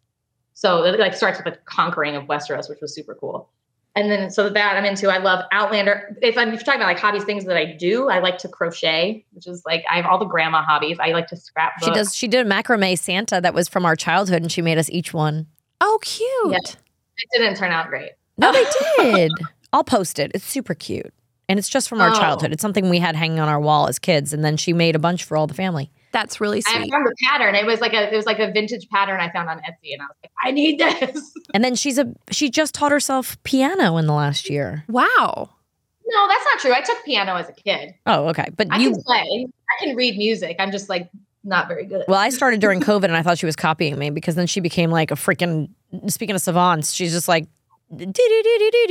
so it like starts with the conquering of Westeros, which was super cool. And then so that I'm into. I love Outlander. If I'm if you're talking about like hobbies, things that I do, I like to crochet, which is like I have all the grandma hobbies. I like to scrapbook.
She does. She did a macrame Santa that was from our childhood, and she made us each one.
Oh, cute.
It didn't turn out great.
No, they did. I'll post it. It's super cute, and it's just from our
Oh.
childhood. It's something we had hanging on our wall as kids, and then she made a bunch for all the family.
That's really
I
sweet.
found the pattern. It was like a it was like a vintage pattern I found on Etsy, and I was like, I need this.
And then she's a she just taught herself piano in the last year.
Wow.
No, that's not true. I took piano as a kid.
Oh, okay. But
I
you
can play. I can read music. I'm just like not very good. at
well, I started during COVID and I thought she was copying me because then she became like a freaking speaking of savants, she's just like
Oh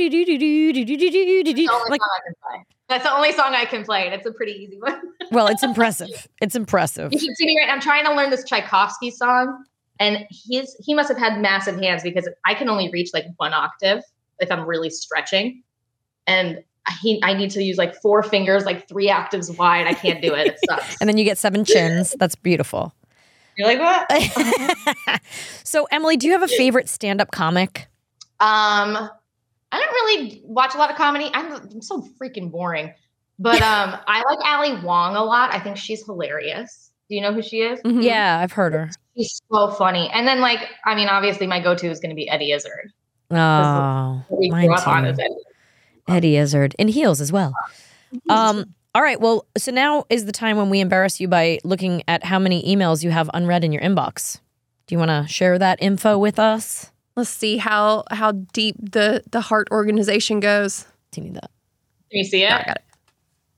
That's the only
like
song I can play. That's the only song I can play, and it's a pretty easy one.
well, it's impressive. It's impressive.
You should see me right. I'm trying to learn this Tchaikovsky song, and he's he must have had massive hands because I can only reach like one octave if I'm really stretching, and he I need to use like four fingers, like three octaves wide. I can't do it. It sucks.
And then you get seven chins. That's beautiful.
you're like, what? Uh-huh.
so Emily, do you have a favorite stand-up comic?
Um, I don't really watch a lot of comedy. I'm, I'm so freaking boring. But um, I like Ali Wong a lot. I think she's hilarious. Do you know who she is?
Mhm.
Yeah, I've heard her.
She's so funny. And then, like, I mean, obviously, my go-to is going to be Eddie Izzard.
Oh,
We
Mine
grew up on
too.
as Eddie.
Oh, Eddie Izzard in heels as well. Um, all right. Well, so now is the time when we embarrass you by looking at how many emails you have unread in your inbox. Do you want to share that info with us?
Let's see how how deep the the heart organization goes.
Do you need that?
Can you see it?
I got it.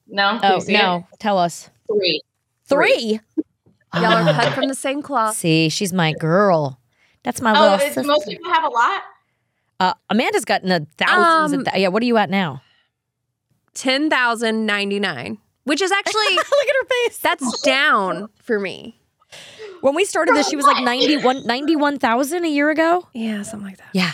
No. Can you
Oh
see it?
no! Tell us
Three.
three.
Y'all are cut
Ah,
from the same cloth.
see, she's my girl. That's my
Oh,
little
it's-
sister.
most people have a lot.
uh, Amanda's gotten a thousands. of
Um,
thou- yeah, what are you at now?
Ten thousand ninety nine, which is actually
Look at her face.
that's down for me.
When we started this, she was like 91 91,000 a year ago.
Yeah, something like that.
Yeah,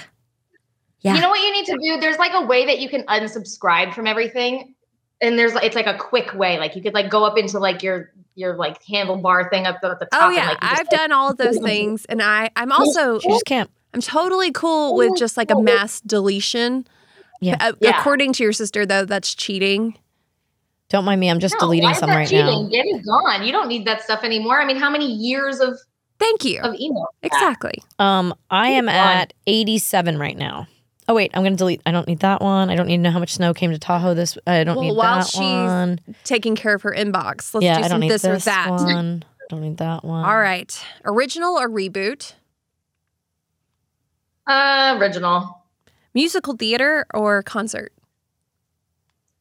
yeah.
You know what you need to do? There's like a way that you can unsubscribe from everything. And there's like it's like a quick way. Like you could like go up into like your your like handlebar thing up at the top.
Oh
and,
yeah,
like, you just,
I've done all of those things, and I I'm also
she just can't.
I'm totally
Oh
cool with just like a mass deletion.
Yeah.
A-
Yeah.
According to your sister, though, that's cheating.
Don't mind me. I'm just
No, why
deleting
is
some
that
right
cheating?
now.
Get it gone. You don't need that stuff anymore. I mean, how many years of
Thank you.
of email?
Exactly.
Um, I am
Keep going.
at 87 right now. Oh wait, I'm gonna delete. I don't need that one. I don't need to know how much snow came to Tahoe. This I don't
Well,
need
while
that
she's-
one.
Taking care of her inbox. Let's
yeah,
do
I don't
some
need
this,
this,
or that.
one. Don't need that one.
All right. Original or reboot?
Uh, original
Musical theater or concert?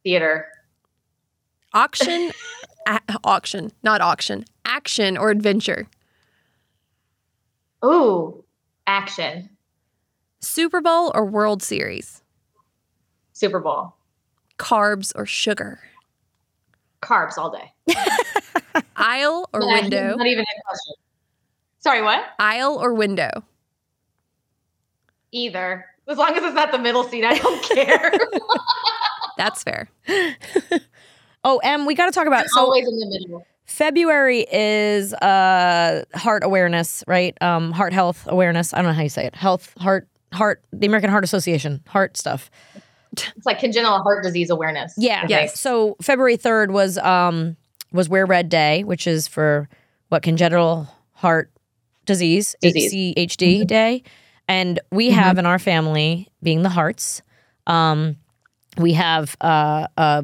theater.
Auction? a- auction, not auction. Action or adventure?
Ooh, action.
Super Bowl or World Series?
Super Bowl.
Carbs or sugar?
Carbs all day.
Aisle or
Yeah,
window?
Not even a question. Sorry, what?
Aisle or window?
Either. As long as it's not the middle seat, I don't care.
That's fair.
Oh, Em, we got to talk about.
Oh,
It's
So
always in the middle.
February is uh heart awareness, right? Um, heart health awareness. I don't know how you say it. Health, heart, heart. The American Heart Association, heart stuff.
It's like congenital heart disease awareness.
Yeah.
I
Yes.
think.
So February third was um was Wear Red Day, which is for what congenital heart disease,
Disease. Mm-hmm.
HCHD day, and we have in our family being the hearts. Um, we have uh, uh,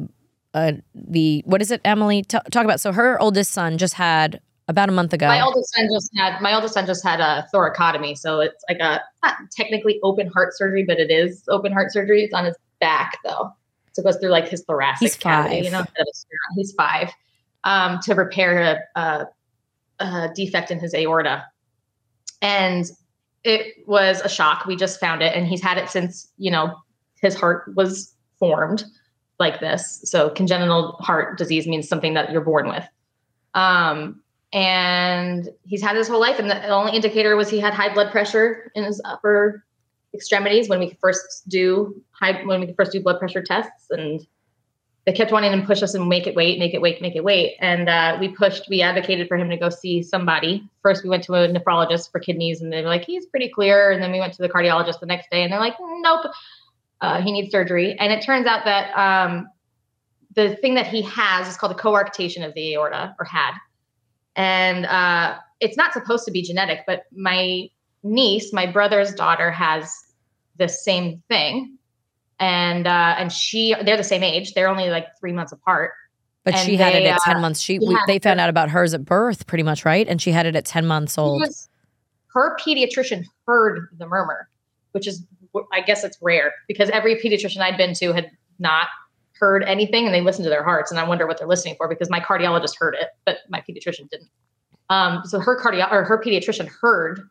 uh, the what is it, Emily? T- talk about. So her oldest son just had about a month ago.
My oldest son just had my oldest son just had a thoracotomy, so it's like a not technically open heart surgery, but it is open heart surgery. It's on his back though, so it goes through like his thoracic
He's
cavity.
five.
You know, instead of a sternum. he's five um, to repair a, a, a defect in his aorta, and it was a shock. We just found it, and he's had it since you know his heart was formed like this. So congenital heart disease means something that you're born with. Um, and he's had his whole life. And the only indicator was he had high blood pressure in his upper extremities when we could first do high when we could first do blood pressure tests. And they kept wanting to push us and make it wait, make it wait, make it wait. And uh, we pushed, we advocated for him to go see somebody. First, we went to a nephrologist for kidneys, and they were like, he's pretty clear. And then we went to the cardiologist the next day, and they're like, nope, uh, he needs surgery. And it turns out that um, the thing that he has is called the coarctation of the aorta, or had and uh, it's not supposed to be genetic but my niece my brother's daughter has the same thing and uh, and she they're the same age they're only like three months apart
but
and
she had
they,
it at
uh,
ten months. She we,
yeah.
they found out about hers at birth, pretty much, right? And she had it at ten months old.
Because her pediatrician heard the murmur which is i guess it's rare because every pediatrician i'd been to had not heard anything and they listened to their hearts and i wonder what they're listening for because my cardiologist heard it but my pediatrician didn't um, so her cardio or her pediatrician heard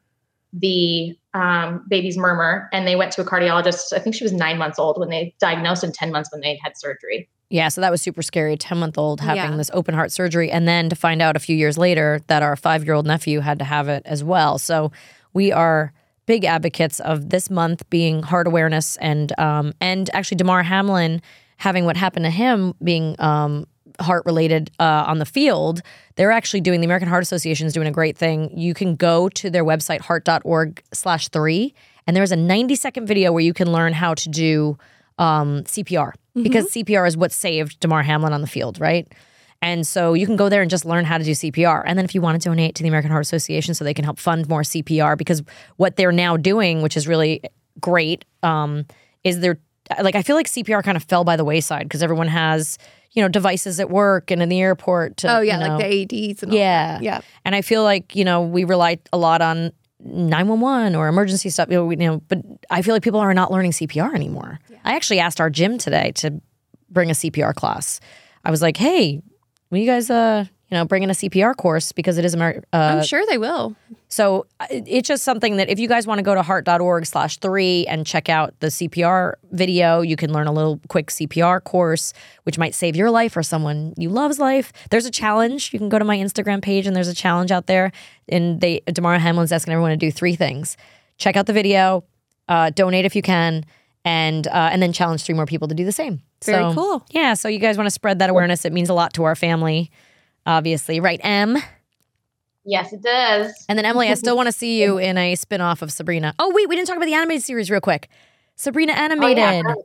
the um, baby's murmur and they went to a cardiologist i think she was nine months old when they diagnosed and 10 months when they had surgery
Yeah, so that was super scary. A 10 month old having
Yeah.
this open heart surgery. And then to find out a few years later that our five year old nephew had to have it as well. So we are big advocates of this month being heart awareness and, um, and actually Damar Hamlin having what happened to him being um, heart related uh, on the field. They're actually doing, the American Heart Association is doing a great thing. You can go to their website, heart.org slash three, and there's a 90 second video where you can learn how to do um, CPR because CPR is what saved Damar Hamlin on the field, right? And so you can go there and just learn how to do CPR. And then if you want to donate to the American Heart Association so they can help fund more CPR, because what they're now doing, which is really great, um, is they're like, I feel like CPR kind of fell by the wayside because everyone has, you know, devices at work and in the airport. To,
Oh yeah,
you know,
like the AEDs and all
Yeah.
that. yeah.
and I feel like, you know, we rely a lot on 911 or emergency stuff, you know, we, you know, but I feel like people are not learning CPR anymore. I actually asked our gym today to bring a CPR class. I was like, hey, will you guys, uh, you know, bring in a CPR course because it is Amer- uh,
I'm sure they will.
so I- it's just something that if you guys want to go to heart.org slash three and check out the CPR video, you can learn a little quick CPR course, which might save your life or someone you love's life. There's a challenge. You can go to my Instagram page and there's a challenge out there. And they Damara Hamlin's asking everyone to do three things. Check out the video, uh, donate if you can, and uh, and then challenge three more people to do the same.
Very
So,
cool.
Yeah. So you guys want to spread that awareness. It means a lot to our family, obviously. Right, Em?
yes it does
And then Emily, I still want to see you in a spin-off of Sabrina. Oh wait, we didn't talk about the animated series real quick. Sabrina
Oh,
animated.
yeah, I forgot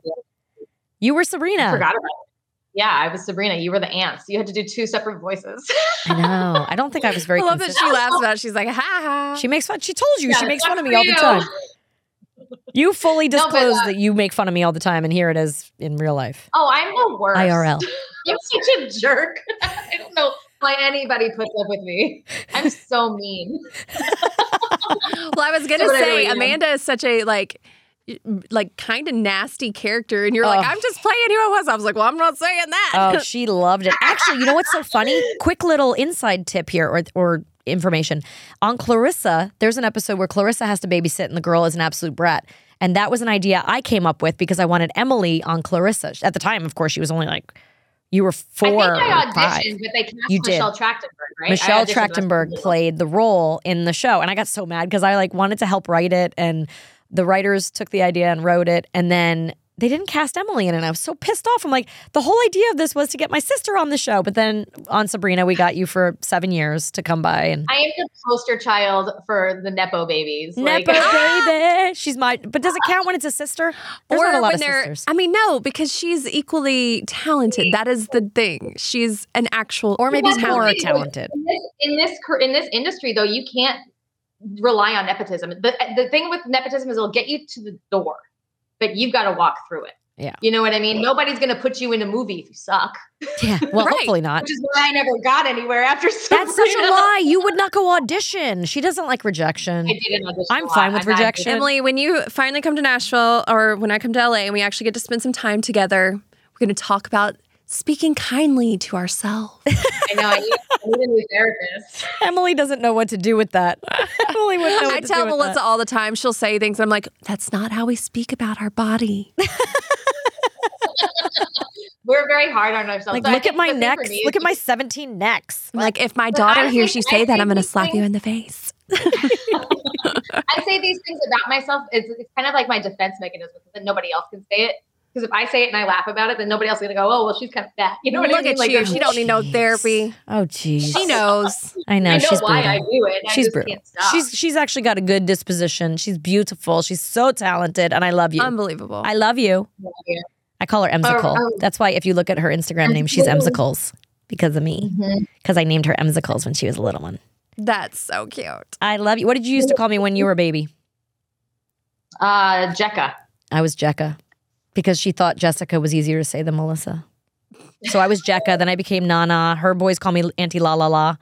You were
I
Sabrina.
forgot about it. yeah i was sabrina you were the ants you had to do two separate voices
I know. I don't think I was very.
I love that
consistent.
she laughs about. It. She's like, ha ha.
she, makes fun. She told you
Yeah,
she makes
that's
fun of
for
me all the
you.
time. You fully
No, but,
disclosed
uh,
that you make fun of me all the time, and here it is in real life.
oh i'm the worst
IRL.
I'm such a jerk. I don't know why anybody puts up with me. I'm so mean.
well, I was gonna
So what I
say
really am.
Amanda is such a like, y- like kind of nasty character, and you're like,
Ugh.
I'm just playing who I was. I was like, well, I'm not saying that.
Oh, she loved it. Actually, you know what's so funny? Quick little inside tip here or or information. On Clarissa, there's an episode where Clarissa has to babysit and the girl is an absolute brat. And that was an idea I came up with because I wanted Emily on Clarissa. At the time, of course, she was only like you were
I
four.
think I
or
auditioned,
five.
but they cast
You did.
Michelle Trachtenberg, right? I
Michelle
auditioned, but
Trachtenberg
I-
played the role in the show, and I got so mad because I like wanted to help write it, and the writers took the idea and wrote it, and then they didn't cast Emily in, it, and I was so pissed off. I'm like, the whole idea of this was to get my sister on the show, but then on Sabrina, we got you for seven years to come by, and
I am the poster child for the Nepo babies. Like,
Nepo baby, she's my. But does it count when it's a sister? There's
or
not a lot
when
of
they're,
sisters.
I mean, no, because she's equally talented. That is the thing. She's an actual,
Or maybe
Well,
talent.
more
really, like,
talented.
in this in this, cur- in this industry, though, you can't rely on nepotism. The, the thing with nepotism is it'll get you to the door, but you've got to walk through it.
Yeah.
You know what I mean? Nobody's going to put you in a movie if you suck,
Yeah. Well,
Right.
hopefully not.
which is why I never got anywhere after
Uh, That's such a
Sabrina.
lie. You would not go audition. She doesn't like rejection.
I did an audition
I'm
a lot.
fine with
I'm not-
rejection. Good.
Emily, when you finally come to Nashville or when I come to LA and we actually get to spend some time together, we're going to talk about speaking kindly to ourselves.
I know. I need, I need a new therapist.
Emily doesn't know what to do with that. Emily wouldn't know what
I
to
tell
do with
Melissa
that.
all the time. She'll say things. I'm like, that's not how we speak about our body.
We're very hard on ourselves.
Like,
So I
look at
think
my
the thing for
necks.
me is
Look at my 17 necks.
like, if my
But
daughter
I
hears you
think-
say
I
that, I'm
think
going to
these
slap you
things-
in the face.
I say these things about myself. It's, it's kind of like my defense mechanism because then nobody else can say it. Because if I say it and I laugh about it, then nobody else is gonna go, "Oh, well, she's kind of fat." You know what
Look
I mean?
at you.
there's-
She don't need no
Jeez.
therapy.
Oh, geez.
She knows.
I know.
I know
she's
why
brutal.
I do it. I
she's
just
brutal.
can't stop.
She's she's actually got a good disposition. She's beautiful. She's so talented, and I love you.
Unbelievable.
I love you.
Yeah.
I call her Emsicle.
um,
oh.
That's why if you look at her Instagram name, she's Emsicles because of me.
Mhm.
Because I named her Emsicles when she was a little one.
that's so cute.
I love you. What did you used to call me when you were a baby?
Uh, Jekka.
I was Jekka because she thought Jessica was easier to say than Melissa. So I was Jekka. Then I became Nana. Her boys call me Auntie La La La.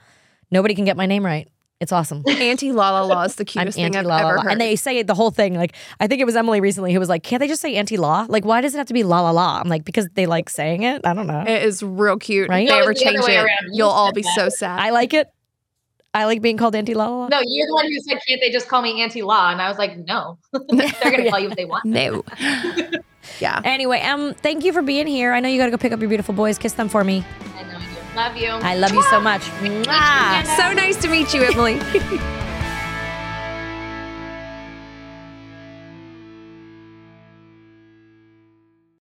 Nobody can get my name right. It's awesome.
Auntie La La La is the
I'm
cutest thing
Auntie
I've
La La
ever
La.
heard.
And they say it the whole thing. Like, I think it was Emily recently who was like, can't they just say Auntie La? Like, why does it have to be La La La? I'm like, because they like saying it. I don't know.
it is real cute.
Right?
If they
No,
ever
it's the other
change
way
it,
around. You
you'll all
said
be
that.
so sad.
I like it. I like being called Auntie La La La.
No, you're the one who said, "Can't they just call me Auntie Law?" And I was like, "No, they're gonna call you if they want."
no. yeah.
Anyway, um, thank you for being here. I know you gotta go pick up your beautiful boys. Kiss them for me.
I know you. Love you.
I love you so much. Mwah.
So nice to meet you, Emily.